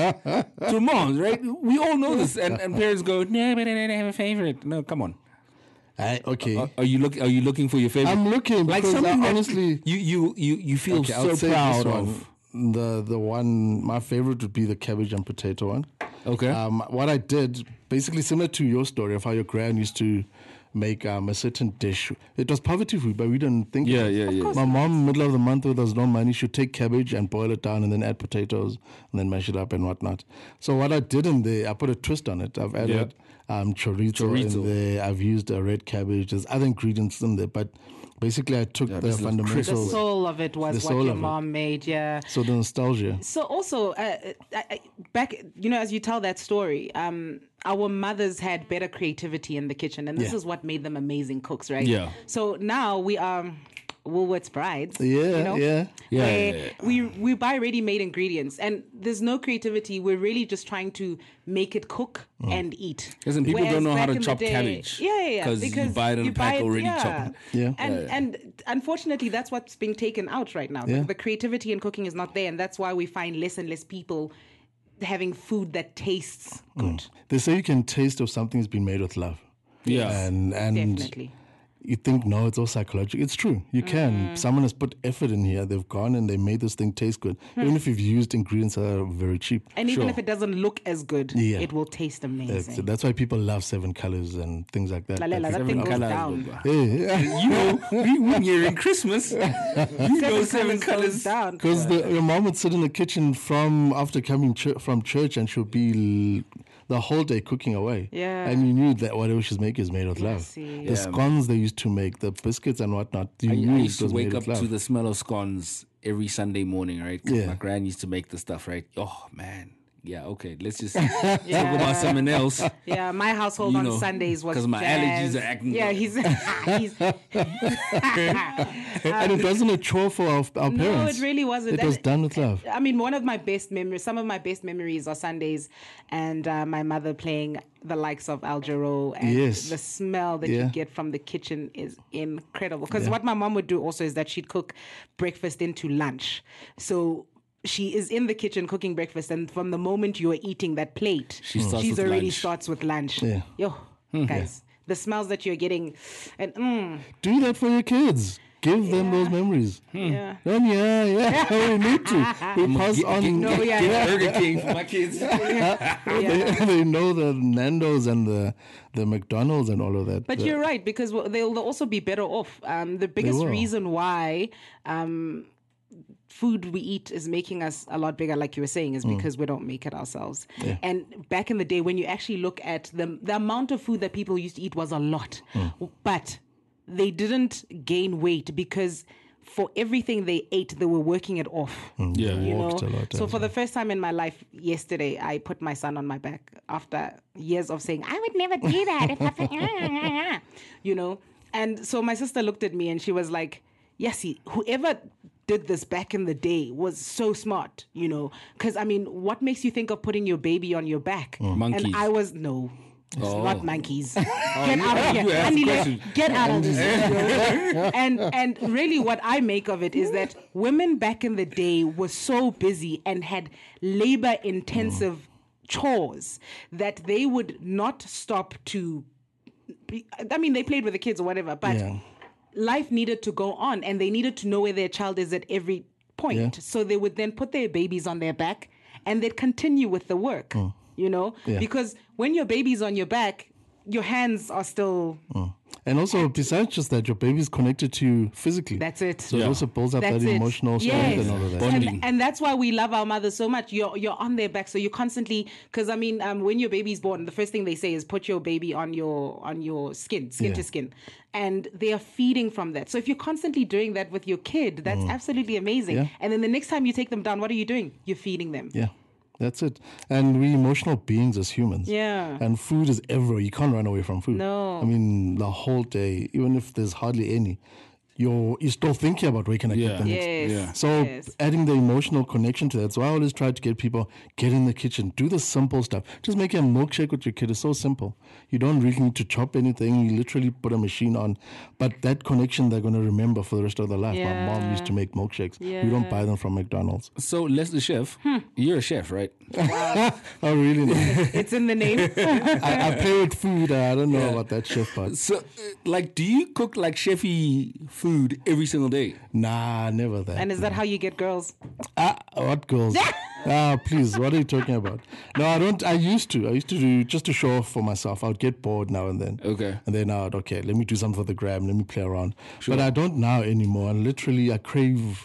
Speaker 3: to moms, right? We all know this, and, and parents go, "No, but I don't have a favorite." No, come on.
Speaker 4: I, okay.
Speaker 3: Are, are you look? Are you looking for your favorite?
Speaker 4: I'm looking
Speaker 3: like
Speaker 4: because I
Speaker 3: something that
Speaker 4: honestly-
Speaker 3: you you you you feel
Speaker 4: Okay, I'll
Speaker 3: so
Speaker 4: say
Speaker 3: proud
Speaker 4: this
Speaker 3: of.
Speaker 4: one. The the one my favorite would be the cabbage and potato one.
Speaker 3: Okay.
Speaker 4: Um, what I did basically similar to your story of how your grand used to make um, a certain dish. It was poverty food, but we didn't think. of
Speaker 3: Yeah,
Speaker 4: it.
Speaker 3: yeah, Of yeah. course
Speaker 4: My mom, middle of the month, where there's no money, she'd take cabbage and boil it down, and then add potatoes, and then mash it up and whatnot. So what I did in there, I put a twist on it. I've added um, chorizo,
Speaker 3: Chorizo.
Speaker 4: in there. I've used a red cabbage. There's other ingredients in there, but basically I took the
Speaker 3: this looks
Speaker 4: fundamentals.
Speaker 3: crisp.
Speaker 2: The soul of it was
Speaker 4: The
Speaker 2: what
Speaker 4: soul
Speaker 2: your
Speaker 4: of it.
Speaker 2: mom made. Yeah.
Speaker 4: So the nostalgia.
Speaker 2: So also, uh, I, I, back you know, as you tell that story, um, our mothers had better creativity in the kitchen, and this
Speaker 4: Yeah.
Speaker 2: is what made them amazing cooks, right?
Speaker 3: Yeah.
Speaker 2: So now we are Woolworths brides.
Speaker 4: Yeah,
Speaker 2: you know?
Speaker 4: yeah.
Speaker 3: Yeah,
Speaker 2: where
Speaker 3: yeah,
Speaker 2: We we buy ready-made ingredients, and there's no creativity. We're really just trying to make it cook and eat.
Speaker 3: Listen, Mm. people
Speaker 2: Whereas
Speaker 3: don't know
Speaker 2: back
Speaker 3: how to
Speaker 2: in the
Speaker 3: chop
Speaker 2: day-
Speaker 3: cabbage,
Speaker 2: Yeah, yeah, yeah.
Speaker 3: 'cause you
Speaker 2: because
Speaker 3: buy it in a pack already
Speaker 2: yeah.
Speaker 3: chopped.
Speaker 4: Yeah.
Speaker 2: And and unfortunately, that's what's being taken out right now.
Speaker 4: Yeah.
Speaker 2: The creativity in cooking is not there, and that's why we find less and less people having food that tastes
Speaker 3: Mm.
Speaker 2: good.
Speaker 4: They say you can taste if something's been made with love.
Speaker 3: Yeah.
Speaker 4: And and
Speaker 2: Definitely.
Speaker 4: you think no, it's all psychological. It's true. You
Speaker 2: Mm.
Speaker 4: can. Someone has put effort in here. They've gone and they made this thing taste good. Even if you've used ingredients that are very cheap.
Speaker 2: Hmm. And even if it doesn't look as good,
Speaker 4: Yeah.
Speaker 2: it will taste
Speaker 4: That's,
Speaker 2: amazing.
Speaker 4: that's why people love seven colors and things like that.
Speaker 2: Lalela, that
Speaker 4: That's-
Speaker 3: Seven
Speaker 2: thing goes
Speaker 3: colours,
Speaker 2: down.
Speaker 3: bro.
Speaker 4: Yeah. (laughs)
Speaker 3: You know, we, we're nearing Christmas. You know, seven colors.
Speaker 2: goes down.
Speaker 4: Because the your mom would sit in the kitchen from after coming chu- from church and she'll be l- the whole day cooking away.
Speaker 2: Yeah.
Speaker 4: And you knew that whatever she's making is made with love.
Speaker 2: see.
Speaker 4: The scones they used to make, the biscuits and whatnot, you
Speaker 3: I,
Speaker 4: knew
Speaker 3: I used
Speaker 4: it
Speaker 3: to
Speaker 4: was made
Speaker 3: wake up
Speaker 4: with love.
Speaker 3: to the smell of scones every Sunday morning, right? 'Cause
Speaker 4: Yeah.
Speaker 3: My gran used to make the stuff, right? Oh man, yeah. Okay, let's just talk about something else.
Speaker 2: Yeah, my household
Speaker 3: You
Speaker 2: on
Speaker 3: know,
Speaker 2: Sundays was
Speaker 3: 'cause my
Speaker 2: jazz.
Speaker 3: allergies are acting
Speaker 2: Yeah,
Speaker 3: up.
Speaker 2: he's (laughs) he's
Speaker 3: (laughs)
Speaker 2: (laughs)
Speaker 4: and it wasn't a chore for our, our
Speaker 2: no,
Speaker 4: parents.
Speaker 2: it really wasn't.
Speaker 4: It was
Speaker 2: And-
Speaker 4: done with love.
Speaker 2: I mean, one of my best memories, some of my best memories are Sundays and uh, my mother playing the likes of Al Jarreau. And
Speaker 4: Yes.
Speaker 2: the smell that
Speaker 4: Yeah.
Speaker 2: you get from the kitchen is incredible. Because what my mom would do also is that she'd cook breakfast into lunch. So she is in the kitchen cooking breakfast. And from the moment you are eating that plate,
Speaker 3: starts
Speaker 2: she's
Speaker 3: with
Speaker 2: already
Speaker 3: lunch.
Speaker 2: starts with lunch.
Speaker 4: Yeah. Hmm.
Speaker 2: Yo, guys. The smells that you're getting, and mm,
Speaker 4: Do that for your kids. Give them those memories.
Speaker 2: Hmm. yeah,
Speaker 4: Then yeah, yeah, (laughs) we need to. We pass
Speaker 3: Hmm. Mm, Get,
Speaker 4: on.
Speaker 3: (laughs) get,
Speaker 2: No,
Speaker 3: get,
Speaker 2: yeah,
Speaker 3: get
Speaker 2: yeah.
Speaker 3: Burger King for my kids.
Speaker 4: they, (laughs) they know the Nando's and the the McDonald's and all of that.
Speaker 2: But
Speaker 4: The-
Speaker 2: you're right because w- they'll they'll also be better off. Um, the biggest
Speaker 4: will.
Speaker 2: reason why um, food we eat is making us a lot bigger, like you were saying,
Speaker 4: Mm.
Speaker 2: is because we don't make it ourselves. And back in the day, when you actually look at the the amount of food that people used to eat was a lot,
Speaker 4: Mm.
Speaker 2: but they didn't gain weight because. For everything they ate, they were working it off.
Speaker 3: Yeah.
Speaker 4: Mm. they
Speaker 2: You know?
Speaker 4: walked a lot.
Speaker 2: so for the first time in my life, yesterday I put my son on my back after years of saying I would never do that. If I you know, and so my sister looked at me and she was like, "Yes, he, whoever did this back in the day was so smart." You know, because I mean, what makes you think of putting your baby on your back?
Speaker 3: Oh. Monkeys. Oh.
Speaker 2: And I was no. It's Not
Speaker 3: (laughs)
Speaker 2: monkeys. get out of
Speaker 3: you
Speaker 2: here.
Speaker 3: asked
Speaker 2: Andile,
Speaker 3: the question.
Speaker 2: get out of
Speaker 3: (laughs)
Speaker 2: this. and and really what I make of it is that women back in the day were so busy and had labor intensive
Speaker 3: Mm.
Speaker 2: chores that they would not stop to be, I mean they played with the kids or whatever, but
Speaker 4: Yeah.
Speaker 2: life needed to go on and they needed to know where their child is at every point. So they would then put their babies on their back and they'd continue with the work, you know? Because when your baby's on your back, your hands are still
Speaker 4: Mm. And also, besides just that, your baby is connected to you physically.
Speaker 2: That's it.
Speaker 4: So it
Speaker 3: Yeah.
Speaker 4: also builds up
Speaker 2: That's
Speaker 4: that
Speaker 2: it.
Speaker 4: emotional strength and all of that.
Speaker 3: Bonding.
Speaker 2: And, and that's why we love our mothers so much. You're you're on their back, so you're constantly because I mean, um, when your baby's born, the first thing they say is put your baby on your on your skin, skin
Speaker 4: Yeah.
Speaker 2: to skin, and they are feeding from that. So if you're constantly doing that with your kid, that's absolutely amazing.
Speaker 4: Mm. Yeah.
Speaker 2: And then the next time you take them down, what are you doing? You're feeding them.
Speaker 4: Yeah, that's it. And we emotional beings as humans.
Speaker 2: Yeah.
Speaker 4: And food is everywhere. You can't run away from food.
Speaker 2: No.
Speaker 4: I mean, the whole day, even if there's hardly any, you're you're still thinking about where can I
Speaker 3: Yeah.
Speaker 4: get the next.
Speaker 2: Yes.
Speaker 3: Yeah.
Speaker 4: So
Speaker 2: yes.
Speaker 4: adding the emotional connection to that. So I always try to get people get in the kitchen, do the simple stuff. Just making a milkshake with your kid is so simple. You don't really need to chop anything. You literally put a machine on, but that connection they're going to remember for the rest of their life.
Speaker 2: Yeah.
Speaker 4: My mom used to make milkshakes. We don't buy them from McDonald's. (laughs)
Speaker 3: So, Les the chef, you're a chef, right?
Speaker 4: Oh, really?
Speaker 2: (laughs)
Speaker 4: No.
Speaker 2: it's in the
Speaker 3: (laughs)
Speaker 2: name.
Speaker 4: I, I play with food. I don't know about that shit, but
Speaker 3: So, uh, like, do you cook like chefy food every single day?
Speaker 4: nah, never that.
Speaker 2: and is that how you get girls?
Speaker 4: ah, what girls? ah, please, what are you talking about? No, I don't. I used to. I used to do just to show off for myself. I would get bored now and then.
Speaker 3: Okay.
Speaker 4: And then I would okay, let me do something for the gram. Let me play around. But I don't now anymore. And literally, I crave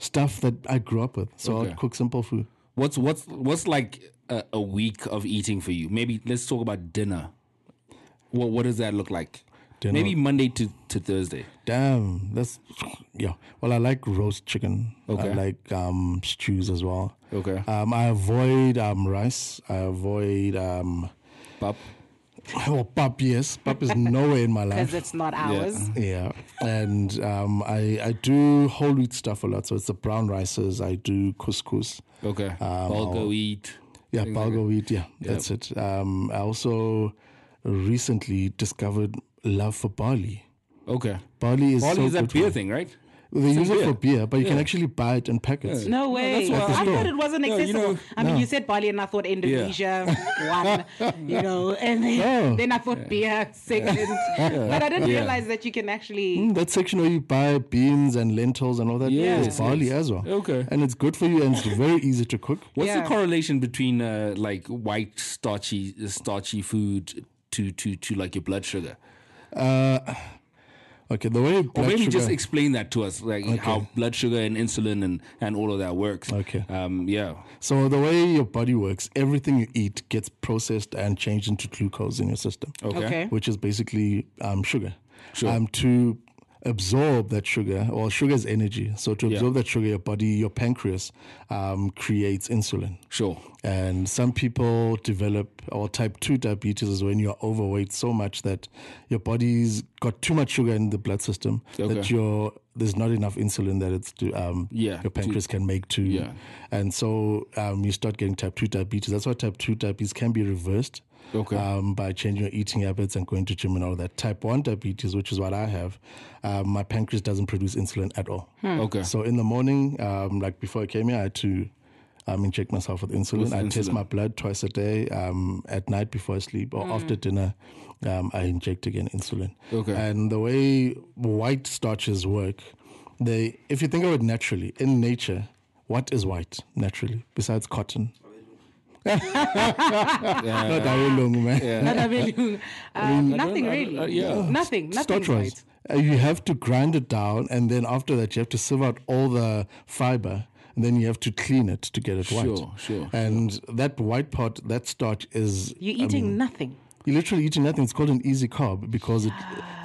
Speaker 4: stuff that I grew up with. So
Speaker 3: Okay.
Speaker 4: I'd cook simple food.
Speaker 3: What's what's what's like a, a week of eating for you? Maybe let's talk about dinner. What what does that look like?
Speaker 4: Dinner-
Speaker 3: Maybe Monday to, to Thursday.
Speaker 4: Damn, that's yeah. Well, I like roast chicken.
Speaker 3: Okay.
Speaker 4: I like um, stews as well.
Speaker 3: Okay.
Speaker 4: Um, I avoid um, rice. I avoid um, (laughs)
Speaker 3: Pop.
Speaker 4: well, pap. Yes, pap is nowhere in my
Speaker 2: Because
Speaker 4: life.
Speaker 2: it's not ours.
Speaker 4: Yeah, and um, I I do whole wheat stuff a lot. So it's the brown rices. I do couscous.
Speaker 3: Okay.
Speaker 4: Um,
Speaker 3: Bulgur
Speaker 4: I'll-
Speaker 3: wheat.
Speaker 4: Yeah,
Speaker 3: things like
Speaker 4: bulgur wheat. Yeah, that's it. Um, I also recently discovered love for barley.
Speaker 3: that. Okay.
Speaker 4: Barley is
Speaker 3: Barley
Speaker 4: so
Speaker 3: is that
Speaker 4: good
Speaker 3: beer
Speaker 4: for-
Speaker 3: thing, right?
Speaker 4: They use it
Speaker 3: beer.
Speaker 4: for beer, but you can actually buy it in packets.
Speaker 2: No way.
Speaker 3: that's why
Speaker 2: I
Speaker 3: I-
Speaker 2: thought it wasn't
Speaker 3: No, you
Speaker 2: accessible.
Speaker 3: know-
Speaker 2: I mean, you said Bali and I thought Indonesia,
Speaker 4: (laughs)
Speaker 2: one, you know, and then,
Speaker 4: No.
Speaker 2: then I thought beer, second. (laughs) But I didn't realize that you can actually.
Speaker 4: Mm, That section where you buy beans and lentils and all that,
Speaker 3: Yes,
Speaker 4: there's barley as well.
Speaker 3: Okay.
Speaker 4: And it's good for you and it's very easy to cook.
Speaker 3: What's
Speaker 2: Yeah.
Speaker 3: the correlation between uh, like white starchy starchy food to to to like your blood sugar?
Speaker 4: Okay, the way
Speaker 3: Or
Speaker 4: blood
Speaker 3: maybe
Speaker 4: sugar,
Speaker 3: just explain that to us, like how blood sugar and insulin and and all of that works.
Speaker 4: Okay.
Speaker 3: Um. Yeah.
Speaker 4: so the way your body works, everything you eat gets processed and changed into glucose in your system.
Speaker 3: Okay.
Speaker 2: Okay.
Speaker 4: which is basically um, sugar. Um, to absorb that sugar, or sugar is energy. So to absorb that sugar, your body, your pancreas um, creates insulin.
Speaker 3: Sure.
Speaker 4: And some people develop or type 2 diabetes is when you're overweight so much that your body's got too much sugar in the blood system that
Speaker 3: Okay.
Speaker 4: your there's not enough insulin that it's to, um,
Speaker 3: Yeah,
Speaker 4: your pancreas can make to
Speaker 3: Yeah.
Speaker 4: and so um, you start getting type 2 diabetes that's why type 2 diabetes can be reversed
Speaker 3: Okay.
Speaker 4: um, by changing your eating habits and going to gym and all that type 1 diabetes which is what i have um, my pancreas doesn't produce insulin at all
Speaker 3: Okay.
Speaker 4: so in the morning, um, like before I came here, I had to um, inject myself with insulin. I test
Speaker 3: insulin. Hmm.
Speaker 4: my blood twice a day. Um, at night before I sleep or after dinner, um, I inject again insulin.
Speaker 3: Okay.
Speaker 4: And the way white starches work, they if you think of it naturally in nature, what is white naturally besides cotton? (laughs) Not Arulung, man.
Speaker 2: Not
Speaker 4: (laughs)
Speaker 2: available. Um, nothing
Speaker 3: I don't-
Speaker 2: really.
Speaker 3: uh, yeah.
Speaker 2: Nothing. Nothing.
Speaker 4: starch rice. Uh, you have to grind it down, and then after that, you have to sieve out all the fiber, and then you have to clean it to get it white.
Speaker 3: Sure, sure,
Speaker 4: And that white part, that starch is
Speaker 2: You're eating
Speaker 4: (laughs)
Speaker 2: nothing.
Speaker 4: you're literally eating nothing. It's called an easy carb because it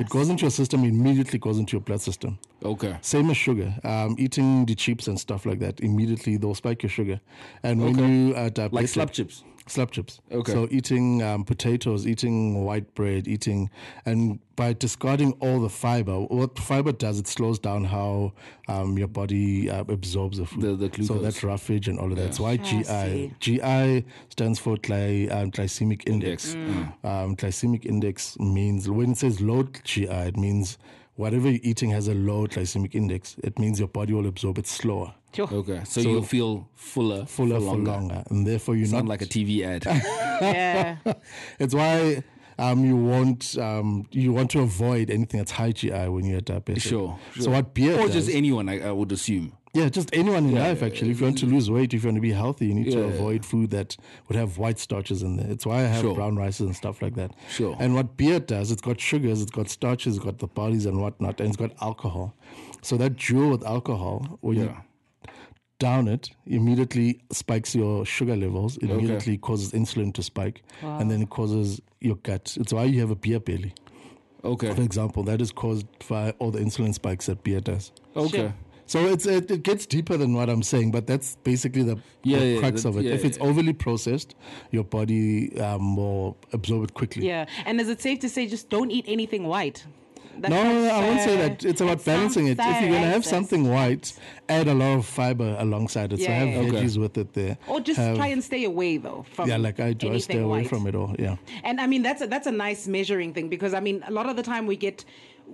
Speaker 4: it goes into your system immediately goes into your blood system.
Speaker 3: Okay.
Speaker 4: Same as sugar. Um, eating the chips and stuff like that immediately they'll spike your sugar, and when you uh, are diabetic,
Speaker 3: Like slap chips.
Speaker 4: slab chips.
Speaker 3: Okay.
Speaker 4: So eating um, potatoes, eating white bread, eating, and by discarding all the fiber, what fiber does, it slows down how um, your body uh, absorbs the food.
Speaker 3: The- the
Speaker 4: so
Speaker 3: glucose.
Speaker 4: that roughage and all of that. That's why
Speaker 2: see.
Speaker 4: GI. GI stands for gly, um, glycemic index.
Speaker 3: Mm.
Speaker 4: Um, glycemic index means when it says low GI, it means whatever you're eating has a low glycemic index. It means your body will absorb it slower.
Speaker 2: Sure.
Speaker 3: Okay. So, you'll feel fuller,
Speaker 4: Fuller for longer, and therefore you're
Speaker 3: Sound
Speaker 4: not
Speaker 3: like a TV (laughs) ad.
Speaker 2: Yeah.
Speaker 4: It's why um, you want um, you want to avoid anything that's high GI when you're diabetic.
Speaker 3: Sure,
Speaker 4: So
Speaker 3: sure.
Speaker 4: what beer
Speaker 3: or
Speaker 4: does,
Speaker 3: just anyone, I, I would assume.
Speaker 4: Yeah, just anyone in life, actually. If you want to lose weight, if you want to be healthy, you need to
Speaker 3: Yeah.
Speaker 4: avoid food that would have white starches in there. It's why I have
Speaker 3: Sure.
Speaker 4: brown rices and stuff like that.
Speaker 3: Sure.
Speaker 4: And what beer does, it's got sugars, it's got starches, it's got the bodies and whatnot, and it's got alcohol. So that duel with alcohol, when you
Speaker 3: Yeah.
Speaker 4: down it, immediately spikes your sugar levels, it immediately causes insulin to spike, and then it causes your gut. It's why you have a beer belly, for
Speaker 3: Okay.
Speaker 4: example. That is caused by all the insulin spikes that beer does.
Speaker 3: Okay.
Speaker 4: So it's it, it gets deeper than what I'm saying, but that's basically the,
Speaker 3: Yeah,
Speaker 4: the
Speaker 3: yeah,
Speaker 4: crux
Speaker 3: that-
Speaker 4: of it.
Speaker 3: yeah,
Speaker 4: if it's
Speaker 3: yeah.
Speaker 4: overly processed, your body um, will absorb it quickly.
Speaker 2: Yeah. And is it safe to say just don't eat anything white? That
Speaker 4: No, no, no, I won't say
Speaker 2: sounds, uh,
Speaker 4: that. It's about
Speaker 2: sounds
Speaker 4: balancing it. If you're gonna have
Speaker 2: sad.
Speaker 4: something white, add a lot of fiber alongside it. so
Speaker 2: Yeah,
Speaker 4: have
Speaker 2: yeah, yeah.
Speaker 3: Okay.
Speaker 4: veggies with it there.
Speaker 2: Or just
Speaker 4: Have-
Speaker 2: try and stay away though from
Speaker 4: yeah, like I do. I stay
Speaker 2: anything
Speaker 4: away
Speaker 2: white.
Speaker 4: from it all. Yeah.
Speaker 2: And I mean that's a, that's a nice measuring thing because I mean a lot of the time we get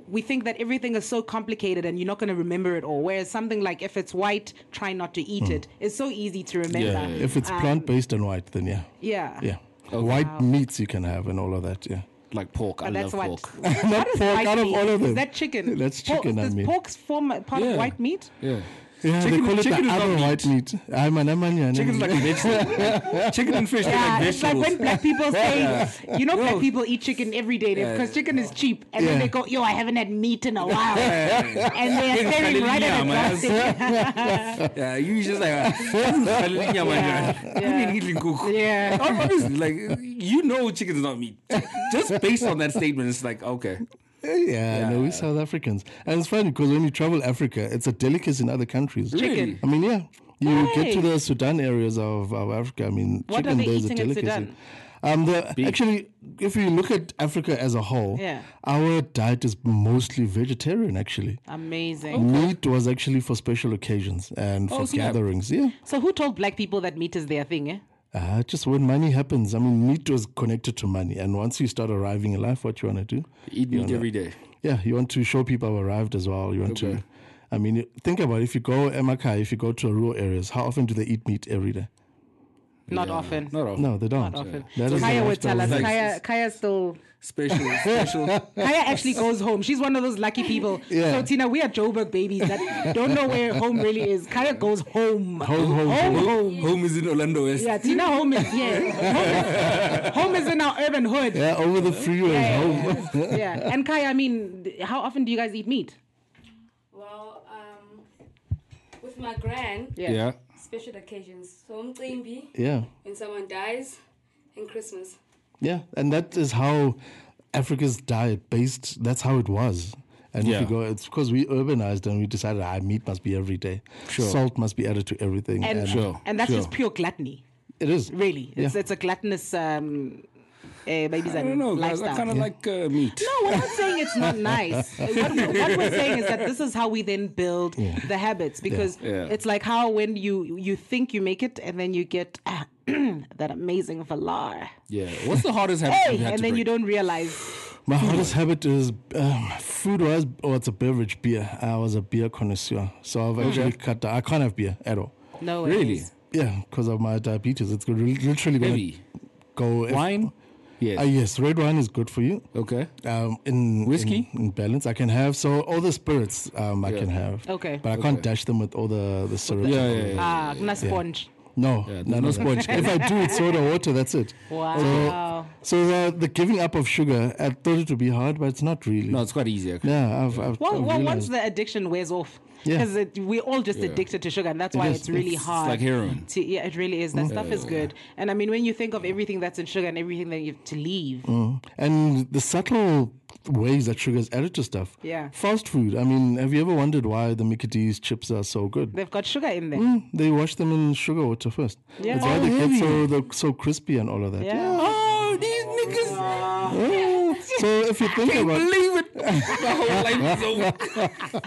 Speaker 2: we think that everything is so complicated and you're not going to remember it all. Whereas something like if it's white, try not to
Speaker 4: Hmm.
Speaker 2: eat it. It's so easy to remember. Uh,
Speaker 3: Yeah, yeah,
Speaker 4: If it's plant based and white, then yeah.
Speaker 2: Yeah.
Speaker 4: Yeah. White meats you can have and all of that. Yeah.
Speaker 3: Like pork. I
Speaker 2: But that's
Speaker 3: love
Speaker 2: what.
Speaker 3: pork.
Speaker 2: (laughs) what
Speaker 4: Not
Speaker 2: is
Speaker 4: pork,
Speaker 2: white
Speaker 4: out of
Speaker 2: meat?
Speaker 4: all of
Speaker 2: Is
Speaker 4: them.
Speaker 2: that chicken?
Speaker 4: That's
Speaker 2: Pork-
Speaker 4: chicken, I
Speaker 2: does
Speaker 4: mean.
Speaker 2: pork's form part
Speaker 3: Yeah.
Speaker 2: of white meat?
Speaker 3: Yeah.
Speaker 4: Yeah,
Speaker 3: Chicken-
Speaker 4: they call it
Speaker 3: chicken
Speaker 4: the
Speaker 3: is not
Speaker 4: other
Speaker 3: meat.
Speaker 4: white meat. I'm an I'm an-
Speaker 3: Chicken's (laughs) like a vegetable. (laughs) Chicken and fish are
Speaker 2: Yeah,
Speaker 3: like
Speaker 2: it's like when
Speaker 3: vegetables.
Speaker 2: black
Speaker 4: (laughs)
Speaker 2: people say, you know, black people eat chicken every day because chicken is cheap, and then
Speaker 4: Yeah.
Speaker 2: they go, "Yo, I haven't had meat in a while,"
Speaker 4: (laughs)
Speaker 2: and they are staring right at a
Speaker 3: Hallelujah, man.
Speaker 2: plastic.
Speaker 3: Yeah, you just like (laughs) uh, hallelujah, my
Speaker 2: Yeah,
Speaker 3: God.
Speaker 2: yeah.
Speaker 3: You've been eating cook.
Speaker 2: Yeah.
Speaker 3: I'm Honestly, (laughs) like you know, chicken's not meat. Just based on that statement, it's like okay,
Speaker 4: Yeah, no, we South Africans. And it's funny because when you travel Africa, it's a delicacy in other countries.
Speaker 2: Chicken.
Speaker 4: I mean, yeah. You get
Speaker 2: Hey.
Speaker 4: to the Sudan areas of, of Africa. I mean,
Speaker 2: What are
Speaker 4: chicken
Speaker 2: they
Speaker 4: there is a
Speaker 2: eating in
Speaker 4: delicacy.
Speaker 2: Sudan?
Speaker 4: Um, the, actually, if you look at Africa as a whole,
Speaker 2: Yeah.
Speaker 4: our diet is mostly vegetarian. Actually,
Speaker 2: Amazing.
Speaker 4: meat was actually for special occasions and
Speaker 2: Oh,
Speaker 4: for
Speaker 3: snap.
Speaker 4: gatherings. Yeah,
Speaker 2: So, who told black people that meat is their thing? Eh?
Speaker 4: uh, just when money happens. I mean, meat was connected to money, and once you start arriving in life, what you want to do?
Speaker 3: eat meat every day.
Speaker 4: Yeah, you want to show people have arrived as well. You want to, I mean, you- think about it. if you go Emakai, if you go to rural areas, how often do they eat meat every day?
Speaker 2: Not often.
Speaker 3: Not often.
Speaker 4: No, they don't.
Speaker 2: Not often.
Speaker 4: That is
Speaker 2: Kaya
Speaker 4: the
Speaker 2: would tell us.
Speaker 4: lifestyle.
Speaker 3: Like-
Speaker 2: Kaya, Kaya still.
Speaker 3: Special, (laughs) special.
Speaker 2: Kaya actually goes home. She's one of those lucky people.
Speaker 4: Yeah.
Speaker 2: So Tina, we are Joburg babies that don't know where home really is. Kaya goes home.
Speaker 4: Home, home,
Speaker 2: home.
Speaker 4: home.
Speaker 2: home.
Speaker 3: Home is in Orlando West.
Speaker 2: Yeah, Tina home is here. Home is, home is in our urban hood.
Speaker 4: Yeah, over the freeway, home. (laughs)
Speaker 2: yeah, yeah. Yeah. And Kai, I mean, th- how often do you guys eat meat?
Speaker 5: Well, um, with my gran,
Speaker 3: Yeah.
Speaker 5: special occasions. So umcimbi,
Speaker 4: Yeah,
Speaker 5: when someone dies, and Christmas.
Speaker 4: yeah, and that is how Africa's diet based. That's how it was. And
Speaker 3: Yeah.
Speaker 4: if you go, it's because we urbanized and we decided, ah, meat must be every day.
Speaker 3: Sure.
Speaker 4: Salt must be added to everything.
Speaker 2: And,
Speaker 3: Sure,
Speaker 2: and that's
Speaker 3: sure.
Speaker 2: just pure gluttony,
Speaker 4: it is
Speaker 2: really. It's,
Speaker 4: Yeah.
Speaker 2: it's a gluttonous um, uh, babies
Speaker 3: I
Speaker 2: and
Speaker 3: don't know, guys.
Speaker 2: lifestyle.
Speaker 3: I kind of like uh, meat.
Speaker 2: No, we're not saying it's not nice.
Speaker 3: (laughs)
Speaker 2: What, we, what we're saying is that this is how we then build the habits because
Speaker 3: Yeah.
Speaker 2: it's like how when you you think you make it and then you get (clears throat) ah, that amazing velar,
Speaker 3: Yeah. What's the hardest habit
Speaker 2: hey,
Speaker 3: you've had
Speaker 2: and
Speaker 3: to
Speaker 2: then
Speaker 3: break?
Speaker 2: you don't realize
Speaker 4: My hardest habit is um, food was or it's a beverage beer. I was a beer connoisseur, so I've actually cut. down. I can't have beer at all.
Speaker 2: no it
Speaker 3: Really?
Speaker 2: is.
Speaker 4: Yeah, because of my diabetes, it's gonna- literally going to
Speaker 3: Heavy.
Speaker 4: go. if-
Speaker 3: Wine. Yes.
Speaker 4: Ah, yes, red wine is good for you.
Speaker 3: okay.
Speaker 4: Um, in
Speaker 3: Whiskey?
Speaker 4: in, in balance, I can have so all the spirits um, I
Speaker 3: Yeah.
Speaker 4: can have.
Speaker 2: Okay.
Speaker 4: but I can't dash them with all the the syrup.
Speaker 3: Yeah, yeah, yeah.
Speaker 2: Ah, not sponge.
Speaker 4: No,
Speaker 3: Yeah,
Speaker 4: no, no
Speaker 3: there's
Speaker 4: sponge. if I do, it's soda water. That's it.
Speaker 2: Wow.
Speaker 4: So uh, the, the giving up of sugar, I thought it would be hard, but it's not really.
Speaker 3: No, it's quite easy. Actually.
Speaker 4: Yeah, I've, I've,
Speaker 2: Well,
Speaker 4: I've
Speaker 2: well
Speaker 4: realized.
Speaker 2: once the addiction wears off,
Speaker 4: Yeah.
Speaker 2: because we're all just addicted to sugar, and that's why
Speaker 4: is.
Speaker 2: it's really
Speaker 4: It's
Speaker 2: hard.
Speaker 3: like heroin. Mm.
Speaker 2: To, yeah, it really is. That stuff is good. And I mean, when you think of everything that's in sugar and everything that you have to leave,
Speaker 3: Mm.
Speaker 4: Mm. And the subtle ways that sugar is added to stuff.
Speaker 2: Yeah.
Speaker 4: Fast food. I mean, have you ever wondered why the Mickey D's chips are so good?
Speaker 2: they've got sugar in
Speaker 3: Mm.
Speaker 2: there.
Speaker 4: They wash them in sugar water first.
Speaker 2: Yeah.
Speaker 4: That's why
Speaker 2: Oh,
Speaker 4: they get so the, so crispy and all of that.
Speaker 2: Yeah.
Speaker 3: Oh, these niggas!
Speaker 4: Yeah. So if you think
Speaker 3: Can't
Speaker 4: about
Speaker 3: believe it. My (laughs) whole life is over.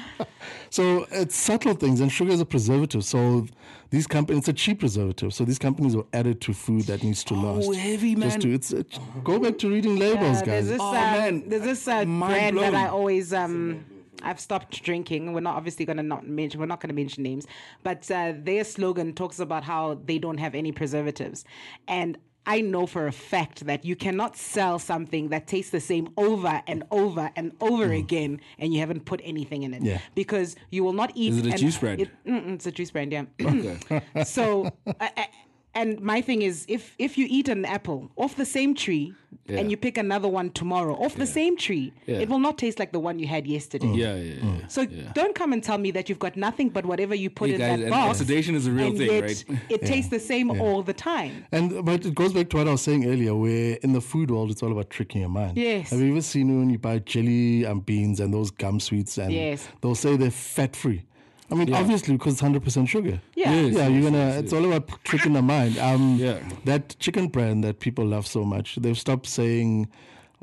Speaker 4: so it's subtle things and sugar is a preservative. So these companies it's a cheap preservative. So these companies will add it to food that needs to last.
Speaker 3: Oh, heavy,
Speaker 4: Just
Speaker 3: man.
Speaker 4: to it's it, go back to reading labels,
Speaker 2: Uh,
Speaker 4: guys.
Speaker 2: there's this,
Speaker 3: Oh,
Speaker 2: uh,
Speaker 3: man.
Speaker 2: There's this uh,
Speaker 3: Mind
Speaker 2: brand that I
Speaker 3: blown.
Speaker 2: always um, I've stopped drinking. We're not obviously gonna not mention. We're not gonna mention names, but uh, their slogan talks about how they don't have any preservatives, and I know for a fact that you cannot sell something that tastes the same over and over and over
Speaker 3: Mm.
Speaker 2: again, and you haven't put anything in it.
Speaker 4: Yeah.
Speaker 2: Because you will not eat.
Speaker 3: Is it a
Speaker 2: an-
Speaker 3: juice brand?
Speaker 2: It, mm-mm, it's a juice brand,
Speaker 3: (clears throat)
Speaker 2: yeah.
Speaker 3: Okay. (laughs)
Speaker 2: so I- I- and my thing is if if you eat an apple off the same tree
Speaker 3: Yeah.
Speaker 2: and you pick another one tomorrow off the same tree
Speaker 3: Yeah.
Speaker 2: it will not taste like the one you had yesterday
Speaker 3: yeah, yeah, yeah.
Speaker 2: so don't come and tell me that you've got nothing but whatever you put
Speaker 3: Hey
Speaker 2: in
Speaker 3: guys,
Speaker 2: that
Speaker 3: and
Speaker 2: box
Speaker 3: oxidation is a real
Speaker 2: and
Speaker 3: thing,
Speaker 2: yet
Speaker 3: right? (laughs)
Speaker 2: it tastes the same all the time
Speaker 4: And but it goes back to what I was saying earlier, where in the food world it's all about tricking your mind.
Speaker 2: Yes.
Speaker 4: Have you ever seen when you buy jelly and beans and those gum sweets and
Speaker 2: Yes.
Speaker 4: they'll say they're fat free? I mean, obviously because it's hundred percent sugar.
Speaker 2: Yeah. Yes,
Speaker 4: yeah, you're gonna. It's all about p- tricking the mind. Um,
Speaker 3: Yeah.
Speaker 4: That chicken brand that people love so much, they've stopped saying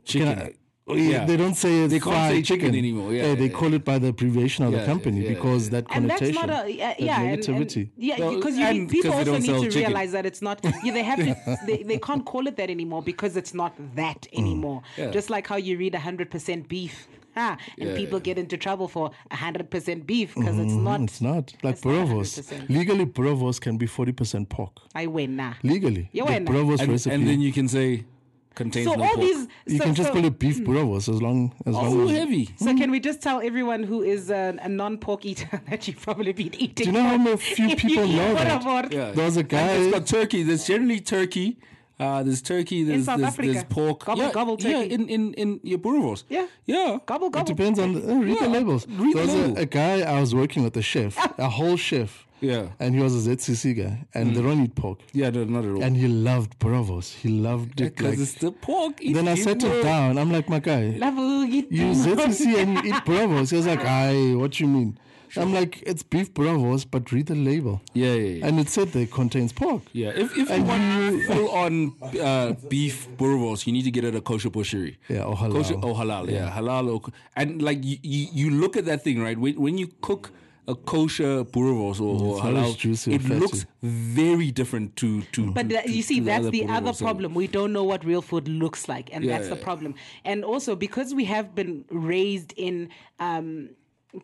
Speaker 3: Chicken.
Speaker 4: Can I- oh, yeah,
Speaker 3: Yeah.
Speaker 4: They don't say it's
Speaker 3: They can't
Speaker 4: fried
Speaker 3: say chicken anymore. Yeah,
Speaker 4: Eh, they
Speaker 3: yeah,
Speaker 4: call it by the abbreviation of
Speaker 3: Yeah,
Speaker 4: the company
Speaker 3: yeah,
Speaker 4: because that
Speaker 2: and that's
Speaker 4: connotation,
Speaker 2: not a yeah,
Speaker 4: that
Speaker 2: yeah and- and-
Speaker 4: negativity.
Speaker 2: yeah
Speaker 3: Well,
Speaker 2: because
Speaker 3: and
Speaker 2: you need,
Speaker 3: 'cause
Speaker 2: people
Speaker 3: they
Speaker 2: also
Speaker 3: don't
Speaker 2: need
Speaker 3: sell
Speaker 2: to
Speaker 3: chicken.
Speaker 2: realize that it's not yeah, they have to
Speaker 3: (laughs)
Speaker 2: they, they can't call it that anymore because it's not that
Speaker 4: Mm.
Speaker 2: anymore
Speaker 3: Yeah.
Speaker 2: just like how you read 100% beef (laughs) ah, and
Speaker 3: Yeah,
Speaker 2: people
Speaker 3: yeah.
Speaker 2: get into trouble for 100% beef because it's not
Speaker 4: Mm, It's not like
Speaker 2: It's not
Speaker 4: bravos.
Speaker 2: 100%.
Speaker 4: Legally, bravos can be forty percent pork.
Speaker 2: i win nah.
Speaker 4: Legally,
Speaker 2: Yeah,
Speaker 4: the
Speaker 2: why not?
Speaker 4: bravos
Speaker 3: And,
Speaker 4: recipe.
Speaker 3: and then you can say contains
Speaker 2: so
Speaker 3: no
Speaker 2: all
Speaker 3: pork.
Speaker 2: these
Speaker 4: you
Speaker 2: so,
Speaker 4: can just
Speaker 2: so-
Speaker 4: call it Mm. beef bravos as long as
Speaker 3: oh,
Speaker 4: long as.
Speaker 3: heavy.
Speaker 2: so can we just tell everyone who is a, a non-pork eater (laughs) that you've probably been eating?
Speaker 4: Do you know how many
Speaker 2: pork (laughs)
Speaker 4: few
Speaker 2: if
Speaker 4: people
Speaker 2: you eat
Speaker 4: know that?
Speaker 2: boerewors?
Speaker 3: Yeah.
Speaker 4: There was a
Speaker 3: And
Speaker 4: guy-
Speaker 3: It's got turkey. There's generally turkey. Uh, there's turkey. There's,
Speaker 2: South
Speaker 3: there's, there's
Speaker 2: Africa.
Speaker 3: pork.
Speaker 2: Gobble,
Speaker 3: yeah,
Speaker 2: gobble
Speaker 3: Yeah,
Speaker 2: turkey.
Speaker 3: in in in your burros.
Speaker 2: Yeah.
Speaker 3: yeah.
Speaker 2: Gobble
Speaker 4: It
Speaker 2: gobble.
Speaker 4: depends on the, uh, read
Speaker 3: Yeah,
Speaker 4: the labels.
Speaker 3: read
Speaker 4: there
Speaker 3: the
Speaker 4: was
Speaker 3: label.
Speaker 4: a, a guy I was working with,
Speaker 2: (laughs)
Speaker 4: a chef, a whole chef.
Speaker 3: Yeah. Mm.
Speaker 4: And he was a ZCC guy, and they don't eat pork,
Speaker 3: Yeah, no, not at all.
Speaker 4: and he loved bravos. He loved it.
Speaker 3: Because
Speaker 4: like-
Speaker 3: it's the pork. It
Speaker 4: then I
Speaker 3: is
Speaker 4: settled
Speaker 3: the-
Speaker 4: down. I'm like, my
Speaker 2: (laughs)
Speaker 4: guy, you ZCC and you eat bravos. He was like, aye, what you mean? I'm like, it's beef bravos, but read the label.
Speaker 3: Yeah, yeah, yeah.
Speaker 4: And it said they contains pork.
Speaker 3: Yeah, if, if you want full on uh, beef burros, you need to get it at a kosher butchery.
Speaker 4: Yeah, or halal.
Speaker 3: Kosher, or halal, yeah. halal. Or, and like you, you, you look at that thing, right? When, when you cook a kosher burros or, or
Speaker 4: it's not as
Speaker 3: halal,
Speaker 4: juicy or
Speaker 3: it
Speaker 4: fatty.
Speaker 3: looks very different to. to
Speaker 2: But
Speaker 3: Mm-hmm. to-
Speaker 2: that, you
Speaker 3: to-
Speaker 2: see,
Speaker 3: to
Speaker 2: that's the
Speaker 3: burros
Speaker 2: other
Speaker 3: and-
Speaker 2: problem. We don't know what real food looks like, and
Speaker 3: Yeah,
Speaker 2: that's the
Speaker 3: yeah.
Speaker 2: problem. And also because we have been raised in um,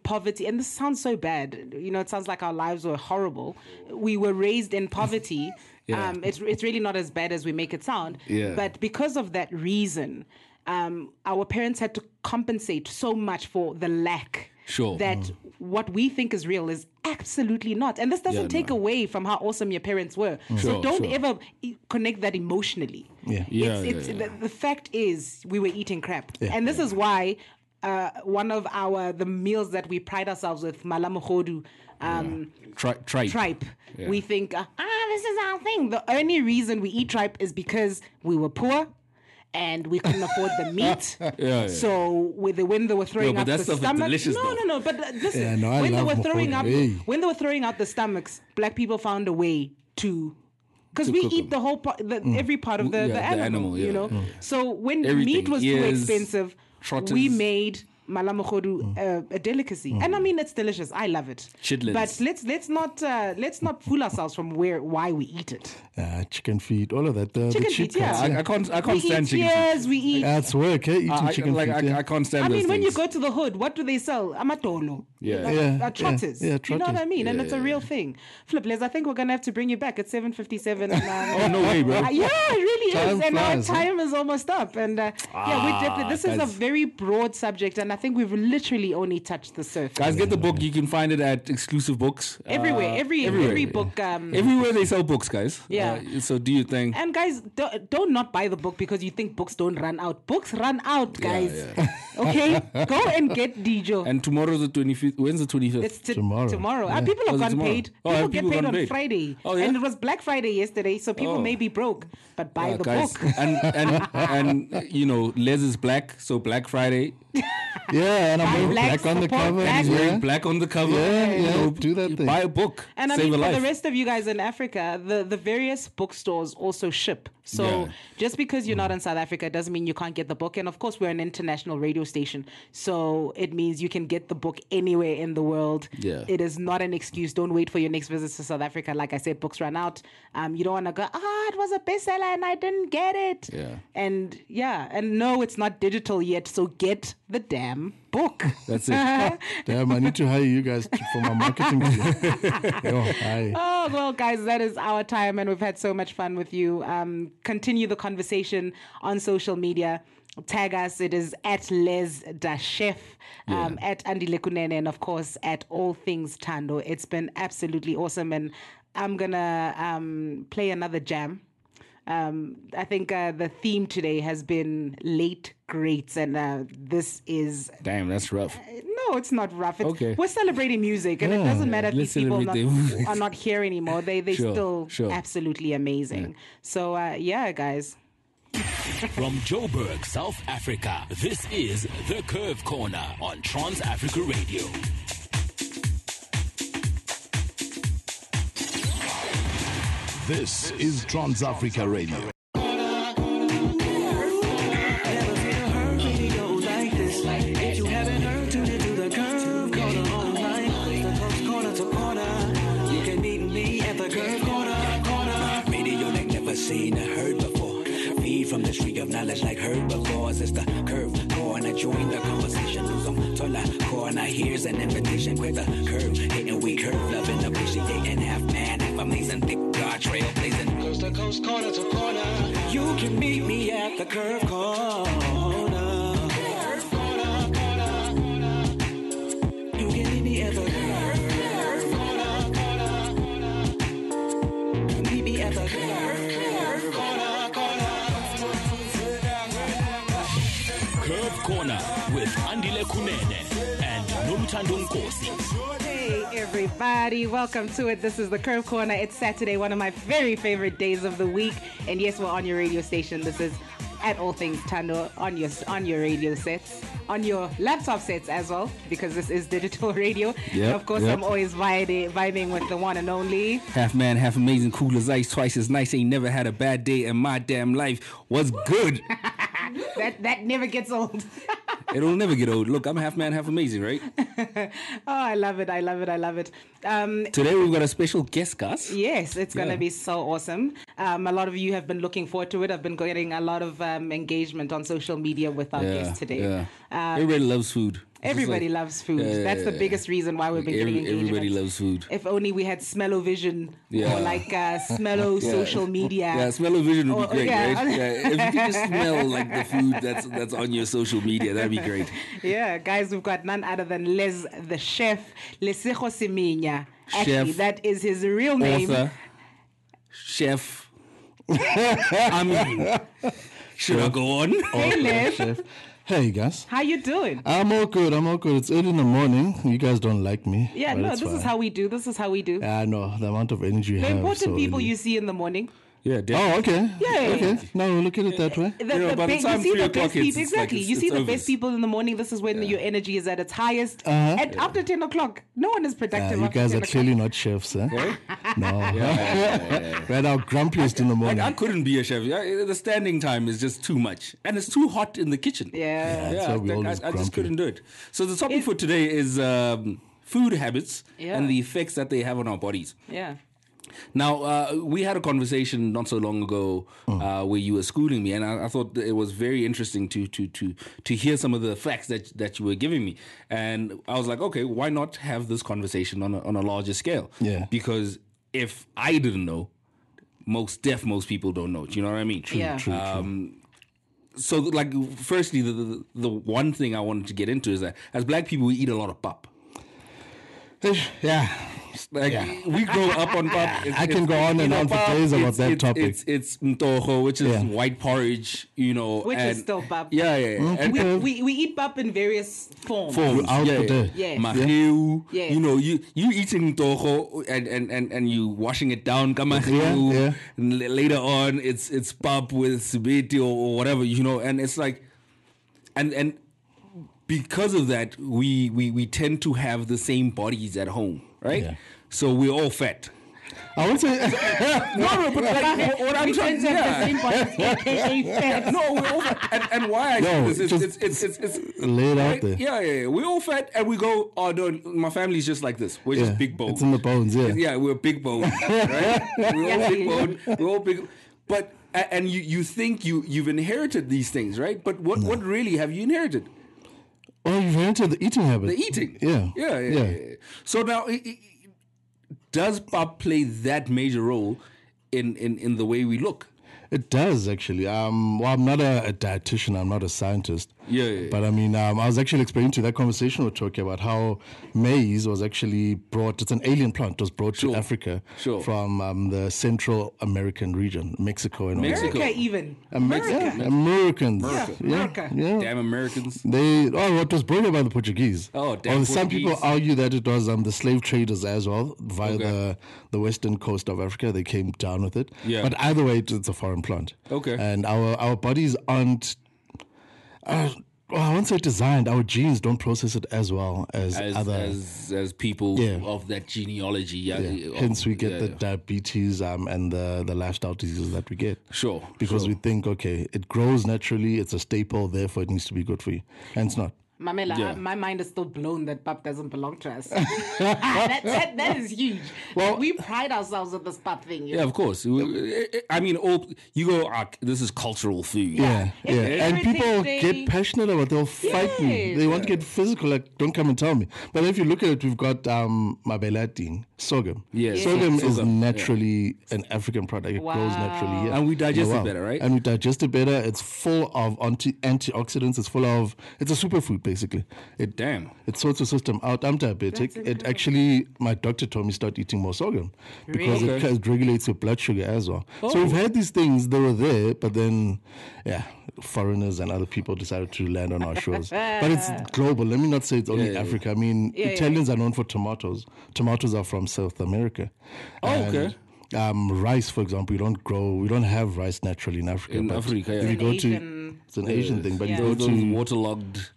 Speaker 2: poverty, and this sounds so bad. You know, it sounds like our lives were horrible. We were raised in poverty.
Speaker 3: (laughs) Yeah.
Speaker 2: um, it's it's really not as bad as we make it sound.
Speaker 3: Yeah.
Speaker 2: But because of that reason, um, our parents had to compensate so much for the lack.
Speaker 3: Sure. Mm-hmm.
Speaker 2: That what we think is real is absolutely not. And this doesn't
Speaker 3: Yeah,
Speaker 2: take
Speaker 3: no. Mm.
Speaker 2: away from how awesome your parents were.
Speaker 3: Sure,
Speaker 2: so don't
Speaker 3: sure.
Speaker 2: ever e- connect that emotionally.
Speaker 4: Yeah.
Speaker 3: Yeah,
Speaker 2: it's,
Speaker 3: yeah,
Speaker 2: it's,
Speaker 3: yeah.
Speaker 2: The, the fact is, we were eating crap, and this is why uh, one of our the meals that we pride ourselves with, malamuhodu, um,
Speaker 3: Tri- tripe.
Speaker 2: tripe. We think, ah, this is our thing. The only reason we eat tripe is because we were poor. And we couldn't afford
Speaker 3: (laughs)
Speaker 2: the meat,
Speaker 3: yeah.
Speaker 2: so with the, when they were throwing
Speaker 3: but
Speaker 2: out
Speaker 3: that
Speaker 2: the
Speaker 3: stuff is
Speaker 2: stomach,
Speaker 3: delicious,
Speaker 2: no,
Speaker 3: though.
Speaker 2: no, no. But uh, listen,
Speaker 4: Yeah, no, I
Speaker 2: when they
Speaker 4: love
Speaker 2: were throwing
Speaker 4: mohodu,
Speaker 2: out,
Speaker 4: hey.
Speaker 2: when they were throwing out the stomachs, black people found a way to. Because we
Speaker 3: cook
Speaker 2: eat
Speaker 3: them. Mm.
Speaker 2: the whole part, the, every part of the,
Speaker 3: Yeah,
Speaker 2: the
Speaker 3: the
Speaker 2: animal,
Speaker 3: animal, yeah.
Speaker 2: you know. So when meat
Speaker 3: Everything,
Speaker 2: was
Speaker 3: ears,
Speaker 2: too expensive, we
Speaker 3: trotters.
Speaker 2: made
Speaker 4: Mm.
Speaker 2: malamochodu uh, a delicacy, and I mean it's delicious. I love it.
Speaker 3: Chitlins.
Speaker 2: But let's let's not uh, let's not fool ourselves from where why we eat it.
Speaker 4: Uh, chicken feet, all of that. The,
Speaker 2: Chicken
Speaker 4: the cheap
Speaker 2: feet, yeah.
Speaker 4: cuts,
Speaker 3: I, I can't. I
Speaker 2: We
Speaker 3: can't stand
Speaker 2: eat
Speaker 3: chicken.
Speaker 2: ears, we eat.
Speaker 4: That's work, eh? Eating
Speaker 3: I, I-
Speaker 4: chicken
Speaker 3: like
Speaker 4: feet. yeah.
Speaker 3: I, I can't stand.
Speaker 2: Ah, I
Speaker 3: those
Speaker 2: mean, when you
Speaker 3: things.
Speaker 2: go to the hood, what do they sell? Amatolo.
Speaker 3: Yeah.
Speaker 2: Like,
Speaker 4: Yeah,
Speaker 2: uh,
Speaker 4: yeah,
Speaker 2: trotters.
Speaker 4: yeah,
Speaker 2: You know what I
Speaker 4: trotters.
Speaker 2: mean? and it's a real thing. Flip, Les, I think we're going to have to bring you back at 7.57. and,
Speaker 4: (laughs)
Speaker 3: Oh
Speaker 2: um,
Speaker 3: no way, bro!
Speaker 2: uh, yeah, it really
Speaker 4: Time
Speaker 2: is. And
Speaker 4: flies, huh?
Speaker 2: our time is almost up. And uh, yeah,
Speaker 3: Ah,
Speaker 2: we definitely, this is a
Speaker 3: guys.
Speaker 2: very broad subject. And I think we've literally only touched the surface.
Speaker 3: Guys, get the book. You can find it at exclusive books
Speaker 2: everywhere,
Speaker 3: Uh,
Speaker 2: every,
Speaker 3: everywhere.
Speaker 2: every book. Um,
Speaker 3: Everywhere they sell books, guys.
Speaker 2: Yeah.
Speaker 3: Uh, so do your thing.
Speaker 2: and guys, don't, don't not buy the book because you think books don't run out. Books run out, guys. (laughs) Okay, go and get Dijo.
Speaker 3: And tomorrow's the 25th. When's the 25th?
Speaker 2: It's t- tomorrow.
Speaker 4: Tomorrow.
Speaker 2: Ah, people
Speaker 3: Oh,
Speaker 2: have
Speaker 3: is it
Speaker 2: gone
Speaker 3: tomorrow?
Speaker 2: paid.
Speaker 3: Oh,
Speaker 2: people
Speaker 3: have
Speaker 2: get
Speaker 3: people
Speaker 2: paid
Speaker 3: gone
Speaker 2: on
Speaker 3: paid?
Speaker 2: Friday.
Speaker 3: Oh, yeah?
Speaker 2: And it was Black Friday yesterday, so people
Speaker 3: Oh.
Speaker 2: may be broke, but buy
Speaker 3: Yeah,
Speaker 2: the
Speaker 3: guys.
Speaker 2: book. (laughs)
Speaker 3: and, and, and, you know, Les is black, so Black Friday.
Speaker 4: yeah, and I'm
Speaker 2: Buy
Speaker 4: wearing
Speaker 2: blacks,
Speaker 4: black on the
Speaker 2: support
Speaker 4: cover.
Speaker 2: blacks.
Speaker 4: Yeah.
Speaker 3: Wearing black on the cover.
Speaker 4: Yeah,
Speaker 3: You
Speaker 4: yeah,
Speaker 3: know,
Speaker 4: do that
Speaker 3: you
Speaker 4: thing.
Speaker 3: Buy a book.
Speaker 2: And I
Speaker 3: save
Speaker 2: mean,
Speaker 3: a
Speaker 2: for
Speaker 3: life.
Speaker 2: the rest of you guys in Africa, the, the various bookstores also ship. So
Speaker 3: Yeah. Mm.
Speaker 2: just because you're not in South Africa doesn't mean you can't get the book. And of course, we're an international radio station. So it means you can get the book anywhere anywhere in the world.
Speaker 3: Yeah.
Speaker 2: It is not an excuse. Don't wait for your next visit to South Africa. Like I said, books run out. Um, you don't want to go, ah, it was a bestseller and I didn't get it.
Speaker 3: Yeah.
Speaker 2: And yeah, and no, it's not digital yet. So get the damn
Speaker 3: (laughs)
Speaker 2: book.
Speaker 3: That's
Speaker 2: Uh-huh.
Speaker 3: it.
Speaker 4: Damn, I need to hire you guys to, for
Speaker 2: (laughs)
Speaker 4: my marketing team. Yo, hi.
Speaker 2: Oh, well, guys, that is our time, and we've had so much fun with you. Um, continue the conversation on social media. Tag us. It is at Les Da Chef, um, at Andy Lekunene, and of course, at All Things Tando. It's been absolutely awesome, and I'm going to um, play another jam. Um, I think uh, the theme today has been late greats, and uh, this is
Speaker 3: Damn, that's rough.
Speaker 2: no, it's not rough. It's,
Speaker 3: Okay.
Speaker 2: We're celebrating music, and it doesn't matter if
Speaker 3: Let's
Speaker 2: these people not,
Speaker 3: celebrate them.
Speaker 2: are not here anymore. They they
Speaker 3: Sure,
Speaker 2: still
Speaker 3: sure.
Speaker 2: absolutely amazing. So uh, yeah, guys.
Speaker 1: From Joburg, South Africa, this is The Curve Corner on Trans Africa Radio.
Speaker 6: This is Trans Africa Radio.
Speaker 7: If you haven't heard, tune into the curve corner online. The close corner to corner. You can meet me at the curve corner, corner. Radio like never seen or heard before. Feed from the tree of knowledge like herbivores. It's the curve corner. Join the conversation. Lose them to la corner. Here's an invitation. Quit the curve. Hitting we curve. Loving, appreciating. Half man, half amazing. Thick God trailblazing. Coast to coast, corner to corner. You can meet me at the curve corner. You can meet me at the curve. Meet me at the curve. Corner, corner.
Speaker 1: Curve Corner with Andile Kunene and Nomtando Nkosi.
Speaker 2: Hey everybody, welcome to it. This is the Curve Corner. It's Saturday, one of my very favorite days of the week. And yes, we're on your radio station. This is at all things Tando on your on your radio sets, on your laptop sets as well, because this is digital (laughs) radio. and
Speaker 3: Yep,
Speaker 2: of course,
Speaker 3: yep.
Speaker 2: I'm always vibing, vibing with the one and only.
Speaker 3: Half man, half amazing, cool as ice, twice as nice. Ain't never had a bad day in my damn life. What's good?
Speaker 2: That that never gets old.
Speaker 3: It'll never get old. Look, I'm half man, half amazing, right?
Speaker 2: Oh, I love it. I love it. I love it. Um,
Speaker 3: Today we've got a special guest, Gus.
Speaker 2: yes, it's going to
Speaker 3: Yeah.
Speaker 2: be so awesome. Um, a lot of you have been looking forward to it. I've been getting a lot of um, engagement on social media with our guest today.
Speaker 3: yeah.
Speaker 2: Um,
Speaker 3: everybody loves food. It's just
Speaker 2: everybody
Speaker 3: like-
Speaker 2: loves food.
Speaker 3: Yeah,
Speaker 2: That's the
Speaker 3: yeah,
Speaker 2: biggest reason why we've been
Speaker 3: Every-
Speaker 2: getting engagement.
Speaker 3: everybody loves food.
Speaker 2: If only we had smellovision
Speaker 3: Yeah.
Speaker 2: or like
Speaker 3: (laughs)
Speaker 2: uh, smello
Speaker 3: Yeah.
Speaker 2: social media.
Speaker 3: Yeah, smell of vision would
Speaker 2: Oh,
Speaker 3: be great,
Speaker 2: yeah.
Speaker 3: right? Yeah, if you could
Speaker 2: (laughs)
Speaker 3: just smell like the food that's that's on your social media, that'd be great.
Speaker 2: Yeah, guys, we've got none other than Les the chef, Lesigo Siminya. Actually,
Speaker 3: Chef.
Speaker 2: that is his real name.
Speaker 3: Author,
Speaker 4: (laughs)
Speaker 3: chef. I mean, should I go on?
Speaker 2: Hey, Les,
Speaker 4: Chef. Hey, guys.
Speaker 2: how you doing?
Speaker 3: Oh,
Speaker 4: I'm all good. I'm all good. It's early in the morning. You guys don't like me.
Speaker 2: Yeah,
Speaker 4: but
Speaker 2: no,
Speaker 4: it's
Speaker 2: this is
Speaker 4: fine.
Speaker 2: how we do. This is how we do.
Speaker 4: I know the amount of energy you
Speaker 2: the
Speaker 4: have.
Speaker 2: important
Speaker 4: so
Speaker 2: people
Speaker 4: early.
Speaker 2: you see in the morning.
Speaker 3: Yeah, definitely.
Speaker 4: Oh, okay.
Speaker 2: Yeah.
Speaker 4: Okay. No, look at it that way.
Speaker 2: The,
Speaker 3: know,
Speaker 2: the
Speaker 3: by the
Speaker 2: big-
Speaker 3: time
Speaker 2: you see
Speaker 3: three
Speaker 2: the
Speaker 3: o'clock
Speaker 2: best
Speaker 3: hits,
Speaker 2: people.
Speaker 3: it's like
Speaker 2: Exactly.
Speaker 3: it's-
Speaker 2: you see
Speaker 3: it's
Speaker 2: the
Speaker 3: over.
Speaker 2: best people in the morning. This is when your energy is at its highest.
Speaker 4: Uh-huh.
Speaker 2: And after 10 o'clock, no one is
Speaker 4: Uh,
Speaker 2: productive.
Speaker 4: you
Speaker 2: after
Speaker 4: guys
Speaker 2: 10
Speaker 4: are
Speaker 2: o'clock.
Speaker 4: clearly not chefs, huh?
Speaker 2: (laughs)
Speaker 4: No. (laughs) right now, grumpiest in the
Speaker 3: Like,
Speaker 4: morning.
Speaker 3: (laughs) I couldn't be a chef. Yeah, the standing time is just too much, and it's too hot in the kitchen.
Speaker 2: Yeah.
Speaker 4: that's
Speaker 3: yeah.
Speaker 4: why
Speaker 3: I,
Speaker 4: we
Speaker 3: think- I-
Speaker 4: always
Speaker 3: I just
Speaker 4: grumpy.
Speaker 3: couldn't do it. So the topic
Speaker 2: It-
Speaker 3: for today is um, food habits
Speaker 2: Yeah.
Speaker 3: and the effects that they have on our bodies.
Speaker 2: Yeah.
Speaker 3: Now, uh, we had a conversation not so long ago uh, where you were schooling me, and I, I thought that it was very interesting to to to to hear some of the facts that that you were giving me. And I was like, okay, why not have this conversation on a, on a larger scale?
Speaker 4: Yeah.
Speaker 3: Because if I didn't know, most deaf most people don't know. Do you know what I mean? True.
Speaker 2: Yeah. true,
Speaker 3: So, like, firstly, the, the the one thing I wanted to get into is that as black people, we eat a lot of pap.
Speaker 4: yeah.
Speaker 3: Like we grow up on
Speaker 4: (laughs)
Speaker 3: pap. It's-
Speaker 4: I can
Speaker 3: it's-
Speaker 4: go on
Speaker 3: you
Speaker 4: and
Speaker 3: know,
Speaker 4: on for
Speaker 3: pap,
Speaker 4: days about
Speaker 3: it's-
Speaker 4: that
Speaker 3: it's-
Speaker 4: topic.
Speaker 3: It's it's mtoho, which is
Speaker 4: Yeah.
Speaker 3: white porridge, you know,
Speaker 2: Which is
Speaker 3: and-
Speaker 2: still pap.
Speaker 3: Yeah, yeah,
Speaker 4: Mm,
Speaker 3: yeah. And
Speaker 2: We,
Speaker 4: Okay.
Speaker 2: we, we eat pap in various forms.
Speaker 3: forms,
Speaker 4: Throughout
Speaker 3: yeah,
Speaker 4: the day.
Speaker 3: yeah.
Speaker 2: Yes.
Speaker 3: Mahiu,
Speaker 2: Yes.
Speaker 3: you know, you you eating mtoho and and and and you washing it down. Kamahiu,
Speaker 4: yeah.
Speaker 3: and l- later on, it's it's pap with sibiti or, or whatever, you know, and it's like, and and because of that, we we we tend to have the same bodies at home, right?
Speaker 4: Yeah.
Speaker 3: So we're all fat.
Speaker 4: I won't say.
Speaker 3: (laughs) No, no, but like, what I'm
Speaker 2: We
Speaker 3: trying
Speaker 2: tend to
Speaker 3: to
Speaker 2: have the
Speaker 3: yeah.
Speaker 2: same
Speaker 3: (laughs)
Speaker 2: bodies, aka fat.
Speaker 3: No, we're all fat. And, and why I
Speaker 4: No,
Speaker 3: do this is
Speaker 4: just
Speaker 3: it's it's it's, it's, it's
Speaker 4: lay it out there.
Speaker 3: Yeah, yeah, yeah. We all fat and we go, oh no, my family's just like this. We're
Speaker 4: Yeah,
Speaker 3: just big bones.
Speaker 4: it's in the bones, yeah.
Speaker 3: Yeah, we're big
Speaker 4: (laughs)
Speaker 3: bones, right? We're all
Speaker 2: Yeah.
Speaker 3: big boned. We're all big but a- and you, you think you you've inherited these things, right? But what, what really have you inherited?
Speaker 4: Oh, you've entered the eating habit.
Speaker 3: The eating.
Speaker 4: Yeah.
Speaker 3: Yeah, yeah. yeah, yeah. So now i- i- does pop play that major role in, in, in the way we look?
Speaker 4: It does actually. Um, well, I'm not a, a dietitian. I'm not a scientist.
Speaker 3: Yeah, yeah, yeah.
Speaker 4: But I mean, um, I was actually explaining to that conversation we were talking about how maize was actually brought. It's an alien plant. It was brought
Speaker 3: Sure.
Speaker 4: to Africa
Speaker 3: Sure.
Speaker 4: from um, the Central American region, Mexico and all that.
Speaker 3: Mexico.
Speaker 2: America even.
Speaker 4: America.
Speaker 2: America.
Speaker 4: Yeah, Americans.
Speaker 3: America.
Speaker 4: Yeah,
Speaker 2: America.
Speaker 4: yeah.
Speaker 3: Damn Americans.
Speaker 4: They oh, it was brought about the Portuguese.
Speaker 3: Oh, damn
Speaker 4: Or some
Speaker 3: Portuguese.
Speaker 4: people argue that it was um, the slave traders as well via the the western coast of Africa. They came down with it.
Speaker 3: Yeah.
Speaker 4: But either way, it- it's a foreign plant.
Speaker 3: Okay.
Speaker 4: And our our bodies aren't. Uh, well, I won't say designed. Our genes don't process it as well as,
Speaker 3: as
Speaker 4: other.
Speaker 3: as, as people
Speaker 4: Yeah.
Speaker 3: of that genealogy. Yeah,
Speaker 4: yeah.
Speaker 3: of-
Speaker 4: Hence, we get
Speaker 3: yeah,
Speaker 4: the
Speaker 3: yeah.
Speaker 4: diabetes um, and the, the lifestyle diseases that we get.
Speaker 3: Sure,
Speaker 4: Because
Speaker 3: sure.
Speaker 4: we think, okay, it grows naturally, it's a staple, therefore it needs to be good for you. And it's not.
Speaker 2: Mamela,
Speaker 3: Yeah.
Speaker 2: I- my mind is still blown that pap doesn't belong to
Speaker 3: (laughs)
Speaker 2: us. Ah, that, that, that is huge. Well, we pride ourselves with this pap thing. You
Speaker 3: Yeah,
Speaker 2: know?
Speaker 3: of course. We- eh, I mean, all you go. Ah, this is cultural food.
Speaker 4: Yeah, yeah.
Speaker 2: If it's
Speaker 4: And people
Speaker 2: everything they-
Speaker 4: get passionate about. it. They'll fight me.
Speaker 2: Yes.
Speaker 4: They want to get physical. Like, don't come and tell me. But if you look at it, we've got um, mabelating sorghum.
Speaker 3: Yes.
Speaker 4: sorghum is
Speaker 3: Sorghum, yeah.
Speaker 4: naturally an African product. It grows naturally here,
Speaker 3: And we digest
Speaker 4: in the
Speaker 3: it
Speaker 4: wild.
Speaker 3: better, right?
Speaker 4: And we digest it better. It's full of anti antioxidants. It's full of. It's a superfood basically. It
Speaker 3: Damn.
Speaker 4: It sorts the system out. I'm diabetic. It actually, my doctor told me start eating more sorghum because
Speaker 3: Really?
Speaker 4: it ca- it regulates your blood sugar as well.
Speaker 2: Oh.
Speaker 4: So we've had these things; they were there, but then, yeah, foreigners and other people decided to land on our shores.
Speaker 2: (laughs)
Speaker 4: but it's global. Let me not say it's only
Speaker 3: Yeah, yeah,
Speaker 4: Africa. I mean,
Speaker 2: Yeah, yeah.
Speaker 4: Italians are known for tomatoes. Tomatoes are from South America.
Speaker 3: Oh, okay.
Speaker 4: Um, rice, for example, we don't grow. We don't have rice naturally in Africa.
Speaker 3: In
Speaker 4: but
Speaker 3: Africa, yeah.
Speaker 4: if you
Speaker 3: It's
Speaker 4: go
Speaker 2: an
Speaker 4: to,
Speaker 2: Asian-
Speaker 4: it's an Asian thing. But
Speaker 2: Yeah.
Speaker 4: you
Speaker 3: Those,
Speaker 4: go
Speaker 3: those
Speaker 4: to
Speaker 3: waterlogged.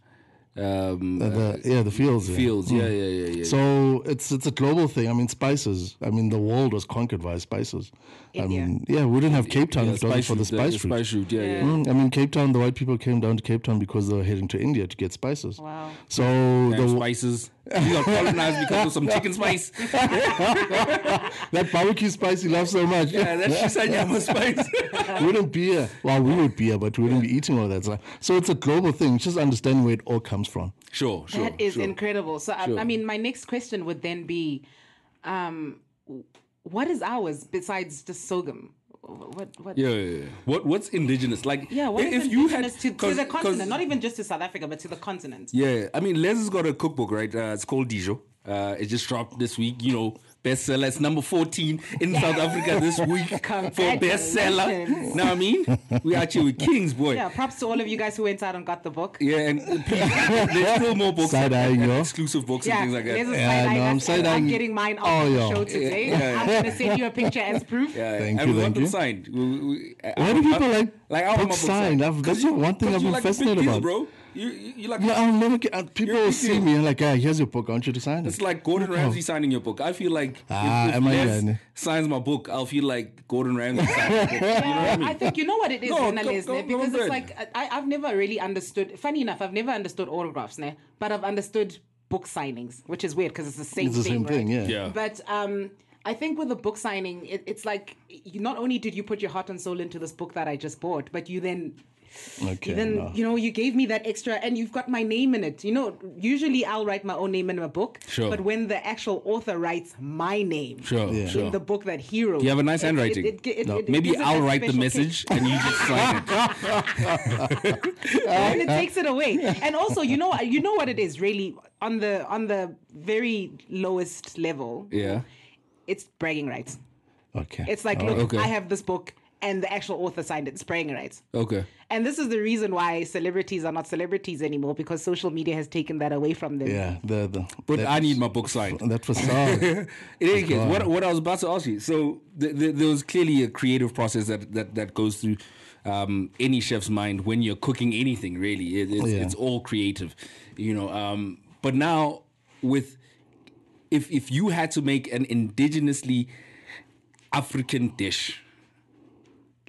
Speaker 3: Um,
Speaker 4: uh, the, yeah, the fields. yeah.
Speaker 3: Fields, yeah,
Speaker 4: Mm.
Speaker 3: yeah, yeah, yeah,
Speaker 4: So it's it's a global thing. I mean, spices. I mean, the world was conquered by spices. I
Speaker 2: India.
Speaker 4: mean, yeah, we didn't have Cape Town
Speaker 3: yeah,
Speaker 4: if it wasn't for the
Speaker 3: route,
Speaker 4: spice route.
Speaker 3: spice route, yeah, yeah.
Speaker 4: Mm, I mean, Cape Town. The white people came down to Cape Town because they were heading to India to get spices.
Speaker 2: Wow.
Speaker 4: So
Speaker 3: Damn
Speaker 4: the,
Speaker 3: spices. We got colonized because of some chicken
Speaker 4: (laughs)
Speaker 3: spice.
Speaker 4: that barbecue spice you love so much (laughs)
Speaker 3: Yeah, that's just a spice.
Speaker 4: wouldn't be here. Well, we would be here, but we wouldn't be eating all that stuff. So it's a global thing. It's Just understand where it all comes from.
Speaker 3: sure, sure.
Speaker 2: That is
Speaker 3: sure.
Speaker 2: incredible. So, I, I mean, my next question would then be, um, what is ours besides just sorghum? What? What?
Speaker 3: Yeah, yeah, yeah. What what's indigenous? Like
Speaker 2: Yeah, what is
Speaker 3: if you had
Speaker 2: indigenous to, to
Speaker 3: cause-
Speaker 2: the continent?
Speaker 3: cause-
Speaker 2: Not even just to South Africa, but to the continent.
Speaker 3: Yeah, I mean, Les has got a cookbook, right? Uh, it's called Dijo. Uh, it just dropped this week. You know, bestseller. It's number fourteen in South Africa
Speaker 2: (laughs)
Speaker 3: this week for bestseller.
Speaker 2: Congratulations.
Speaker 3: Know what I mean? We actually with kings, boy.
Speaker 2: Yeah,
Speaker 3: Yeah.
Speaker 2: props to all of you guys who went out and got the book.
Speaker 3: and please, there's still more books,
Speaker 4: Side eye,
Speaker 3: and- and
Speaker 4: yo.
Speaker 3: exclusive books
Speaker 2: Yeah,
Speaker 3: and things like that.
Speaker 2: there's a
Speaker 4: Yeah,
Speaker 2: side eye.
Speaker 4: no, I'm
Speaker 2: I'm,
Speaker 4: side
Speaker 2: I'm
Speaker 4: eyeing
Speaker 2: getting mine
Speaker 4: all
Speaker 2: out of the
Speaker 4: y'all.
Speaker 2: show today.
Speaker 3: Oh, Yeah, yeah.
Speaker 2: I'm going to send you a picture as proof.
Speaker 3: (laughs) Yeah,
Speaker 4: Thank
Speaker 3: and
Speaker 4: you,
Speaker 3: we
Speaker 4: thank
Speaker 3: want them
Speaker 4: you.
Speaker 3: signed. We, we,
Speaker 4: Why do people like
Speaker 3: want my
Speaker 4: books signed? I've- that's
Speaker 3: 'Cause
Speaker 4: the
Speaker 3: you-
Speaker 4: one thing
Speaker 3: 'cause
Speaker 4: I've
Speaker 3: you
Speaker 4: been
Speaker 3: like a big
Speaker 4: fascinated
Speaker 3: deal,
Speaker 4: about.
Speaker 3: bro. You you you like
Speaker 4: Yeah, I'll never get. Uh, people
Speaker 3: You're
Speaker 4: will
Speaker 3: a
Speaker 4: see
Speaker 3: big
Speaker 4: me and like, ah, here's your book. I want you to sign it.
Speaker 3: It's like Gordon Ramsay signing your book. I feel like if-
Speaker 4: Oh. Ah,
Speaker 3: if,
Speaker 4: am I
Speaker 3: Les
Speaker 4: done?
Speaker 3: signs my book, I'll feel like Gordon Ramsay signs my book. You know what I
Speaker 2: I
Speaker 3: mean?
Speaker 2: think you know what it is,
Speaker 3: No,
Speaker 2: Lena
Speaker 3: go-
Speaker 2: Lesne,
Speaker 3: go- go
Speaker 2: because
Speaker 3: ahead.
Speaker 2: it's like I, I've never really understood. Funny enough, I've never understood autographs, ne? but I've understood book signings, which is weird because it's the same
Speaker 4: It's the
Speaker 2: thing.
Speaker 4: same thing,
Speaker 2: right?
Speaker 4: yeah.
Speaker 3: Yeah.
Speaker 2: But um, I think with a book signing, it, it's like you, not only did you put your heart and soul into this book that I just bought, but you then
Speaker 4: Okay.
Speaker 2: then
Speaker 4: no.
Speaker 2: you know you gave me that extra and you've got my name in it you know usually i'll write my own name in a book
Speaker 3: Sure.
Speaker 2: but when the actual author writes my name
Speaker 3: Sure,
Speaker 4: Yeah.
Speaker 3: sure.
Speaker 2: in the book that he wrote
Speaker 3: You have a nice
Speaker 2: it- it-
Speaker 3: handwriting.
Speaker 2: it- it- it- it
Speaker 3: Maybe
Speaker 2: gives it
Speaker 3: I'll
Speaker 2: that
Speaker 3: write the
Speaker 2: special
Speaker 3: message
Speaker 2: kick.
Speaker 3: and you just sign
Speaker 4: (laughs)
Speaker 3: it.
Speaker 2: and it takes it away and also you know you know what it is really on the on the very lowest level
Speaker 3: Yeah.
Speaker 2: it's bragging rights
Speaker 4: okay.
Speaker 2: it's like
Speaker 4: All
Speaker 2: look
Speaker 3: okay.
Speaker 2: i have this book and the actual author signed it it's bragging rights
Speaker 3: Okay.
Speaker 2: And this is the reason why celebrities are not celebrities anymore because social media has taken that away from them.
Speaker 4: Yeah, the the.
Speaker 3: But
Speaker 4: that,
Speaker 3: I need my book signed.
Speaker 4: that facade.
Speaker 3: (laughs) In any case, what, what I was about to ask you, so th- th- there was clearly a creative process that that, that goes through um, any chef's mind when you're cooking anything. Really, it, it's,
Speaker 4: Yeah.
Speaker 3: it's all creative, you know. Um, but now, with if if you had to make an indigenously African dish?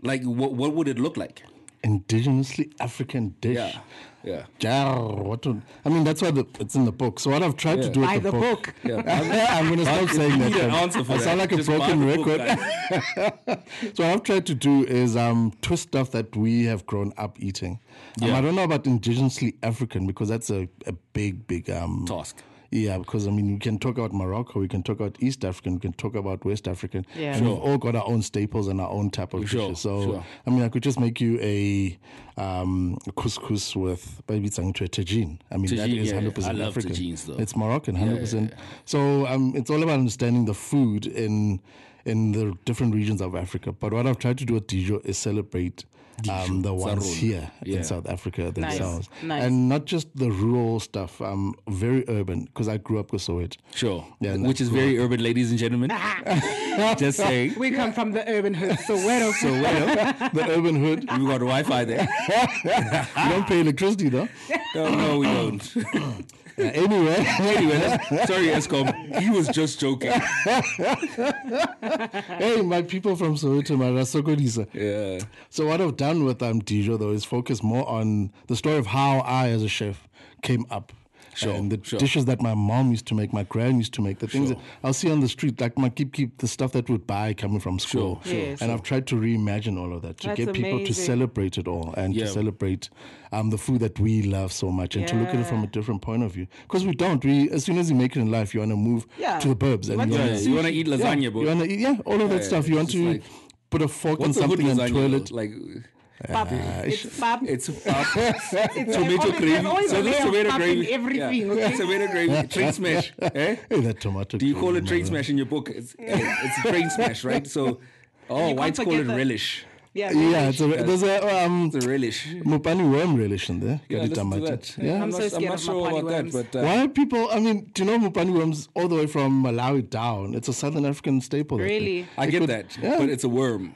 Speaker 3: Like, what what would it look like?
Speaker 4: Indigenously African dish.
Speaker 3: Yeah, yeah.
Speaker 4: Jar, what do, I mean, that's why the, it's in the book. So what I've tried to
Speaker 3: Yeah.
Speaker 4: do
Speaker 2: By
Speaker 4: with
Speaker 2: the book.
Speaker 4: (laughs) I'm going to stop saying that.
Speaker 3: need an
Speaker 4: man.
Speaker 3: answer for
Speaker 4: I sound
Speaker 3: that.
Speaker 4: like a
Speaker 3: Just buy
Speaker 4: broken
Speaker 3: the book,
Speaker 4: record. so what I've tried to do is um, twist stuff that we have grown up eating. Um,
Speaker 3: Yeah.
Speaker 4: I don't know about indigenously African because that's a, a big, big um,
Speaker 3: Task.
Speaker 4: Yeah, because I mean, we can talk about Morocco, we can talk about East African, we can talk about West African.
Speaker 2: Yeah.
Speaker 4: And we've all got our own staples and our own type of
Speaker 3: Sure,
Speaker 4: dishes. So,
Speaker 3: sure.
Speaker 4: I mean, I could just make you a um, couscous with maybe it's into a tagine. I mean, that
Speaker 3: Tagine,
Speaker 4: is
Speaker 3: yeah, yeah.
Speaker 4: 100%
Speaker 3: I love
Speaker 4: African.
Speaker 3: tagines, though.
Speaker 4: It's Moroccan, 100%. So, um, it's all about understanding the food in in the different regions of Africa. But what I've tried to do at Dijo is celebrate um, the ones
Speaker 3: Sarul.
Speaker 4: here
Speaker 3: Yeah.
Speaker 4: in South Africa
Speaker 2: Nice,
Speaker 4: themselves.
Speaker 2: nice.
Speaker 4: And not just the rural stuff. Um, very urban because I grew up with Soweto.
Speaker 3: Sure.
Speaker 4: Yeah, no,
Speaker 3: Which is very urban, ladies and
Speaker 2: (laughs)
Speaker 3: gentlemen. Just saying.
Speaker 2: We come from the urban hood, so where do
Speaker 3: So wait up.
Speaker 4: the urban hood.
Speaker 3: (laughs) We got Wi-Fi there.
Speaker 4: You don't pay electricity
Speaker 3: (laughs)
Speaker 4: though.
Speaker 3: No, no, we don't.
Speaker 4: Yeah, anyway, (laughs)
Speaker 3: Anyway, that's- sorry, Escom. He was just joking.
Speaker 4: hey, my people from Soweto, my Rasokodisa.
Speaker 3: Yeah.
Speaker 4: So what I've done with um Dijo though is focus more on the story of how I, as a chef, came up.
Speaker 3: Sure,
Speaker 4: and the
Speaker 3: sure.
Speaker 4: dishes that my mom used to make, my gran used to make, the things
Speaker 3: Sure.
Speaker 4: that I'll see on the street, like my keep keep, the stuff that we'd buy coming from school.
Speaker 2: sure, Yes.
Speaker 4: And I've tried to reimagine all of that to
Speaker 2: That's
Speaker 4: get people to
Speaker 2: amazing.
Speaker 4: celebrate it all and
Speaker 3: Yeah.
Speaker 4: to celebrate um, the food that we love so much and to look at it from
Speaker 2: Yeah.
Speaker 4: a different point of view. Because we don't. We as soon as you make it in life, you want to move
Speaker 2: Yeah.
Speaker 4: to the burbs and
Speaker 2: What's
Speaker 4: you
Speaker 2: the
Speaker 4: wanna-
Speaker 3: Yeah, you want to eat lasagna,
Speaker 4: yeah,
Speaker 3: bro?
Speaker 4: you wanna eat- yeah, all of that stuff. You want
Speaker 3: it's
Speaker 4: to
Speaker 3: like-
Speaker 4: put a fork in
Speaker 3: What's a hood
Speaker 4: something and
Speaker 3: lasagna?
Speaker 4: twirl
Speaker 3: though?
Speaker 4: it.
Speaker 3: Like
Speaker 2: Pap. It's pap. (laughs)
Speaker 3: it's pap,
Speaker 2: It's
Speaker 3: tomato
Speaker 2: always-
Speaker 3: gravy.
Speaker 2: there's always
Speaker 3: So
Speaker 2: a
Speaker 3: this
Speaker 2: layer of
Speaker 3: tomato
Speaker 2: pap in
Speaker 3: gravy.
Speaker 2: everything,
Speaker 3: Yeah.
Speaker 2: okay?
Speaker 3: Tomato gravy. Train smash.
Speaker 2: (laughs)
Speaker 3: Eh?
Speaker 4: Hey, that tomato.
Speaker 3: Do you
Speaker 4: gravy,
Speaker 3: call it
Speaker 4: man.
Speaker 3: train smash in your book? It's, it's a train smash, right? So, oh,
Speaker 2: You
Speaker 3: whites
Speaker 2: can't
Speaker 3: call it
Speaker 2: forget that.
Speaker 3: relish.
Speaker 2: yeah,
Speaker 4: Yeah, it's a, there's a um,
Speaker 3: It's a relish.
Speaker 4: Mopani worm relish in there.
Speaker 3: Yeah,
Speaker 4: Got it,
Speaker 3: listen to
Speaker 4: Tamati.
Speaker 3: that.
Speaker 4: Yeah.
Speaker 2: I'm so
Speaker 3: not,
Speaker 2: scared
Speaker 3: I'm not
Speaker 2: of
Speaker 3: sure
Speaker 2: Mapani
Speaker 3: about
Speaker 2: worms.
Speaker 3: that, but uh,
Speaker 4: Why are people? I mean, do you know Mopani worms all the way from Malawi down? It's a Southern African staple. that thing.
Speaker 2: Really?
Speaker 3: I
Speaker 4: It
Speaker 3: get
Speaker 4: could-
Speaker 3: that.
Speaker 4: yeah.
Speaker 3: But it's a worm,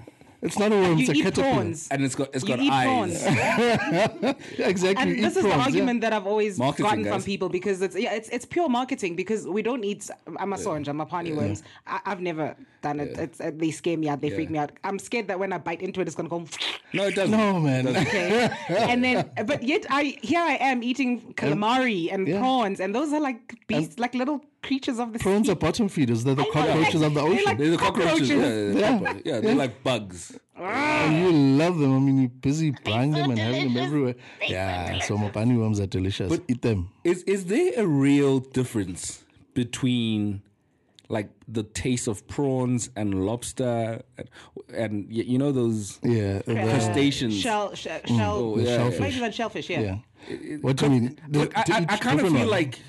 Speaker 4: It's not a worm.
Speaker 2: You
Speaker 4: it's a
Speaker 2: eat
Speaker 4: caterpillar.
Speaker 2: prawns.
Speaker 3: and it's got it's
Speaker 2: You
Speaker 3: got
Speaker 2: eat
Speaker 3: eyes.
Speaker 2: prawns.
Speaker 4: Yeah, exactly.
Speaker 2: and
Speaker 4: you eat
Speaker 2: this is
Speaker 4: prawns,
Speaker 2: the
Speaker 4: yeah.
Speaker 2: argument that I've always
Speaker 3: Marketing,
Speaker 2: gotten from
Speaker 3: guys.
Speaker 2: people because it's yeah, it's it's pure marketing because we don't eat amasonja, yeah. mapani worms. I, I've never done it. It's, uh, they scare me out. They freak me out. I'm scared that when I bite into it, it's gonna go.
Speaker 3: No, it doesn't.
Speaker 4: No man.
Speaker 2: Okay, and then but yet I here I am eating calamari and
Speaker 4: yeah.
Speaker 2: prawns, and those are like beasts, like little creatures of the
Speaker 4: (laughs) prawns
Speaker 2: sea.
Speaker 4: are bottom feeders. They're the
Speaker 2: know, like-
Speaker 4: cockroaches of the
Speaker 2: they're
Speaker 4: ocean.
Speaker 2: like-
Speaker 3: They're the cockroaches.
Speaker 2: Cockroaches.
Speaker 3: Yeah, yeah, yeah, they're like bugs.
Speaker 4: And you love them. I mean, you're busy buying them and having them everywhere. Yeah. So Mopani worms are delicious. eat them.
Speaker 3: Is is there a real difference between like the taste of prawns and lobster and, and y- you know those
Speaker 4: Yeah. the-
Speaker 3: crustaceans?
Speaker 2: shell, shell, shell
Speaker 3: Oh, yeah,
Speaker 2: shellfish.
Speaker 4: yeah.
Speaker 2: Not even shellfish, yeah.
Speaker 4: Yeah. What do you mean?
Speaker 3: Look, I,
Speaker 4: The-
Speaker 3: I,
Speaker 4: each
Speaker 3: I kind of
Speaker 4: different
Speaker 3: feel
Speaker 4: one.
Speaker 3: like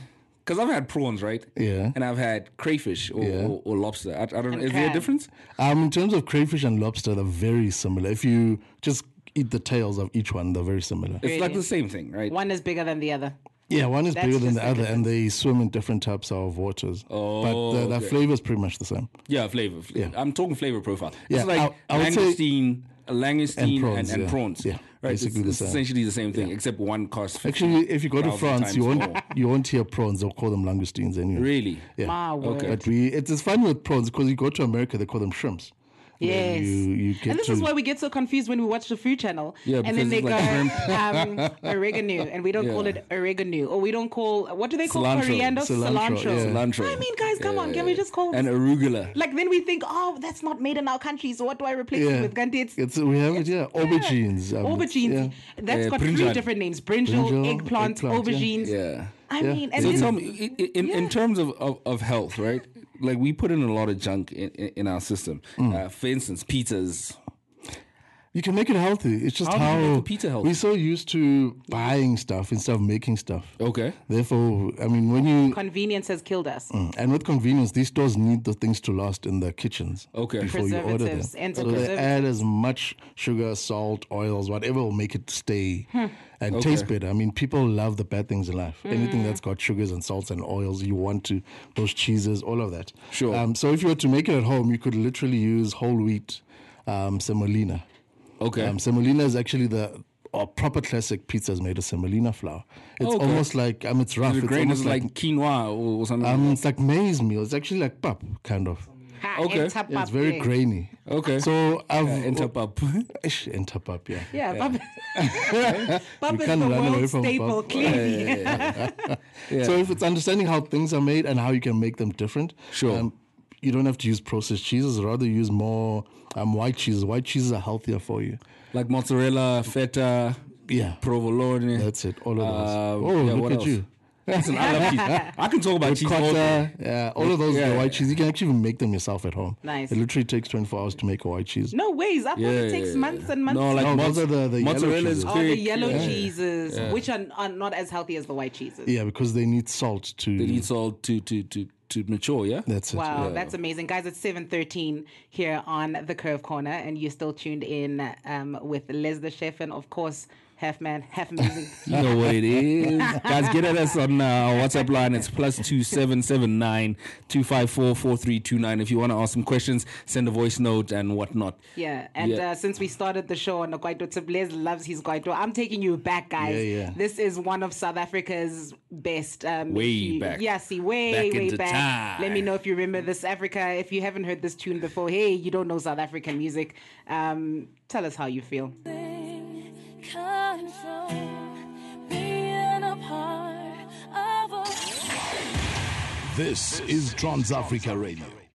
Speaker 3: because I've had prawns, right?
Speaker 4: Yeah.
Speaker 3: And I've had crayfish or,
Speaker 4: Yeah.
Speaker 3: or, or lobster. I, I don't know.
Speaker 2: And
Speaker 3: Is there a
Speaker 2: crab.
Speaker 3: difference?
Speaker 4: Um, in terms of crayfish and lobster, they're very similar. If you just eat the tails of each one, they're very similar.
Speaker 3: It's like
Speaker 2: Really?
Speaker 3: the same thing, right?
Speaker 2: One is bigger than the other.
Speaker 4: Yeah, one is
Speaker 2: That's
Speaker 4: bigger than
Speaker 2: just
Speaker 4: the
Speaker 2: the
Speaker 4: other, and they swim in different types of waters. Oh, but the, the
Speaker 3: okay.
Speaker 4: flavor is pretty much the same.
Speaker 3: Yeah, flavor. flavor.
Speaker 4: Yeah.
Speaker 3: I'm talking flavor profile.
Speaker 4: Yeah,
Speaker 3: it's like
Speaker 4: I- I would say-
Speaker 3: langoustine, a langoustine,
Speaker 4: prawns,
Speaker 3: and prawns. And,
Speaker 4: yeah.
Speaker 3: prawns.
Speaker 4: Yeah,
Speaker 3: right. It's,
Speaker 4: basically the
Speaker 3: it's
Speaker 4: same.
Speaker 3: essentially the same thing, except one costs. 50
Speaker 4: Actually, if you go to
Speaker 3: 1,000
Speaker 4: France, you
Speaker 3: Hmm. times
Speaker 4: won't
Speaker 3: more.
Speaker 4: you won't hear prawns. They'll call them langoustines anyway.
Speaker 3: Really?
Speaker 4: Yeah.
Speaker 2: My word.
Speaker 4: But we it's, it's funny with prawns because you go to America, they call them shrimps. And then
Speaker 2: Yes.
Speaker 4: You you get
Speaker 2: and this
Speaker 4: to,
Speaker 2: is why we get so confused when we watch the Food Channel.
Speaker 3: Yeah,
Speaker 2: and then they
Speaker 3: because it's
Speaker 2: go um,
Speaker 4: (laughs)
Speaker 2: oregano, and we don't call
Speaker 3: Yeah.
Speaker 2: it oregano, or we don't call what do they call
Speaker 3: Cilantro.
Speaker 2: coriander?
Speaker 4: Cilantro, yeah.
Speaker 3: Cilantro.
Speaker 2: I mean, guys, come on, can we just call?
Speaker 3: and arugula.
Speaker 2: like then we think, oh, that's not made in our country, so what do I replace
Speaker 4: yeah,
Speaker 2: it with? Gandhi, it's,
Speaker 4: it's- we have it. Yeah, aubergines. um, it's-
Speaker 2: aubergines.
Speaker 4: yeah.
Speaker 2: That's
Speaker 3: Uh,
Speaker 2: got
Speaker 3: brinjal.
Speaker 2: three different names: brinjal,
Speaker 4: Brinjal,
Speaker 2: eggplant,
Speaker 4: eggplant, yeah.
Speaker 2: aubergines.
Speaker 3: Yeah.
Speaker 2: I
Speaker 4: Yeah.
Speaker 2: mean, and
Speaker 3: So
Speaker 2: then
Speaker 3: tell me, i- i- in, in
Speaker 2: Yeah.
Speaker 3: terms of, of, of health, right? Like we put in a lot of junk in, in, in our system.
Speaker 4: Mm.
Speaker 3: Uh, for instance, pizzas.
Speaker 4: You can make it healthy. It's just
Speaker 3: How
Speaker 4: how,
Speaker 3: do you make a pizza healthy?
Speaker 4: we're so used to buying stuff instead of making stuff.
Speaker 3: Okay.
Speaker 4: Therefore, I mean, when you
Speaker 2: convenience has killed us.
Speaker 4: and with convenience, these stores need the things to last in their kitchens.
Speaker 3: Okay.
Speaker 4: Before you order them,
Speaker 2: Preservatives, and
Speaker 4: so they
Speaker 2: preservatives.
Speaker 4: add as much sugar, salt, oils, whatever will make it stay and taste better. I mean, people love the bad things in life. Anything that's got sugars and salts and oils, you want to those cheeses, all of that.
Speaker 3: Sure.
Speaker 4: Um, so if you were to make it at home, you could literally use whole wheat um, semolina.
Speaker 3: Okay.
Speaker 4: Um, semolina is actually the a proper classic pizza is made of semolina flour. It's
Speaker 3: Oh, Okay.
Speaker 4: almost like um, it's rough.
Speaker 3: the
Speaker 4: It's
Speaker 3: grain
Speaker 4: almost
Speaker 3: is like, quinoa or, or something.
Speaker 4: um, it's like maize meal. It's actually like pap, kind of.
Speaker 2: Ha,
Speaker 3: Okay.
Speaker 2: enter
Speaker 4: Yeah, it's
Speaker 2: pap,
Speaker 4: very
Speaker 2: yeah.
Speaker 4: grainy.
Speaker 3: Okay.
Speaker 4: So I've Uh-huh.
Speaker 3: Enter pub.
Speaker 4: Ish, enter pub, yeah.
Speaker 2: Yeah,
Speaker 4: (laughs)
Speaker 2: Pap, pap is
Speaker 4: can't
Speaker 2: the
Speaker 4: run away
Speaker 2: world
Speaker 4: from
Speaker 2: staple,
Speaker 4: pap.
Speaker 2: clearly.
Speaker 3: Yeah.
Speaker 4: So if it's understanding how things are made and how you can make them different, um,
Speaker 3: Sure.
Speaker 4: you don't have to use processed cheeses. Rather, use more um, white cheeses. White cheeses are healthier for you.
Speaker 3: like mozzarella, feta,
Speaker 4: Yeah.
Speaker 3: provolone.
Speaker 4: That's it. All of
Speaker 3: Uh,
Speaker 4: those. Oh,
Speaker 3: yeah,
Speaker 4: look
Speaker 3: what
Speaker 4: at
Speaker 3: else?
Speaker 4: you.
Speaker 3: Listen, I love cheese. I can talk about cheese. all day.
Speaker 4: Ricotta, uh, yeah, all of those
Speaker 3: Yeah,
Speaker 4: are
Speaker 3: yeah.
Speaker 4: white cheese. You can actually even make them yourself at home.
Speaker 2: Nice.
Speaker 4: It literally takes 24 hours to make a white cheese.
Speaker 2: No ways. I thought
Speaker 3: Yeah,
Speaker 2: it takes
Speaker 3: yeah,
Speaker 2: months and months.
Speaker 3: No, like
Speaker 4: No,
Speaker 3: mozz-
Speaker 4: those are the- the yellow
Speaker 3: mozzarella is
Speaker 4: cheeses.
Speaker 2: Oh, the
Speaker 3: quick.
Speaker 2: yellow
Speaker 3: Yeah.
Speaker 2: cheeses, which are, are not as healthy as the white cheeses.
Speaker 4: Yeah, because they need salt to.
Speaker 3: It needs all to to to to mature. Yeah.
Speaker 4: that's it.
Speaker 2: Wow, that's amazing, guys! It's seven thirteen here on the Curve Corner, and you're still tuned in um, with Les the Chef, and of course, Half Man, Half
Speaker 3: (laughs)
Speaker 2: Amazing.
Speaker 3: You know what
Speaker 2: (laughs)
Speaker 3: it is. Guys, get at us on uh, our WhatsApp line. It's plus 2779 254 4329. If you want to ask some questions, send a voice note and whatnot.
Speaker 2: Yeah, and
Speaker 3: Yeah.
Speaker 2: Uh, since we started the show on the Guaito tip, Les loves his Guaito. I'm taking you back, guys.
Speaker 4: Yeah, yeah.
Speaker 2: This is one of South Africa's best. Um, if
Speaker 3: Way
Speaker 2: you-
Speaker 3: back.
Speaker 2: Yeah, see, way,
Speaker 3: Back
Speaker 2: way
Speaker 3: into
Speaker 2: back.
Speaker 3: time.
Speaker 2: Let me know if you remember this, Africa. If you haven't heard this tune before, hey, you don't know South African music. Um, tell us how you feel.
Speaker 8: Coming from being a part of a
Speaker 6: This is Trans Africa Radio.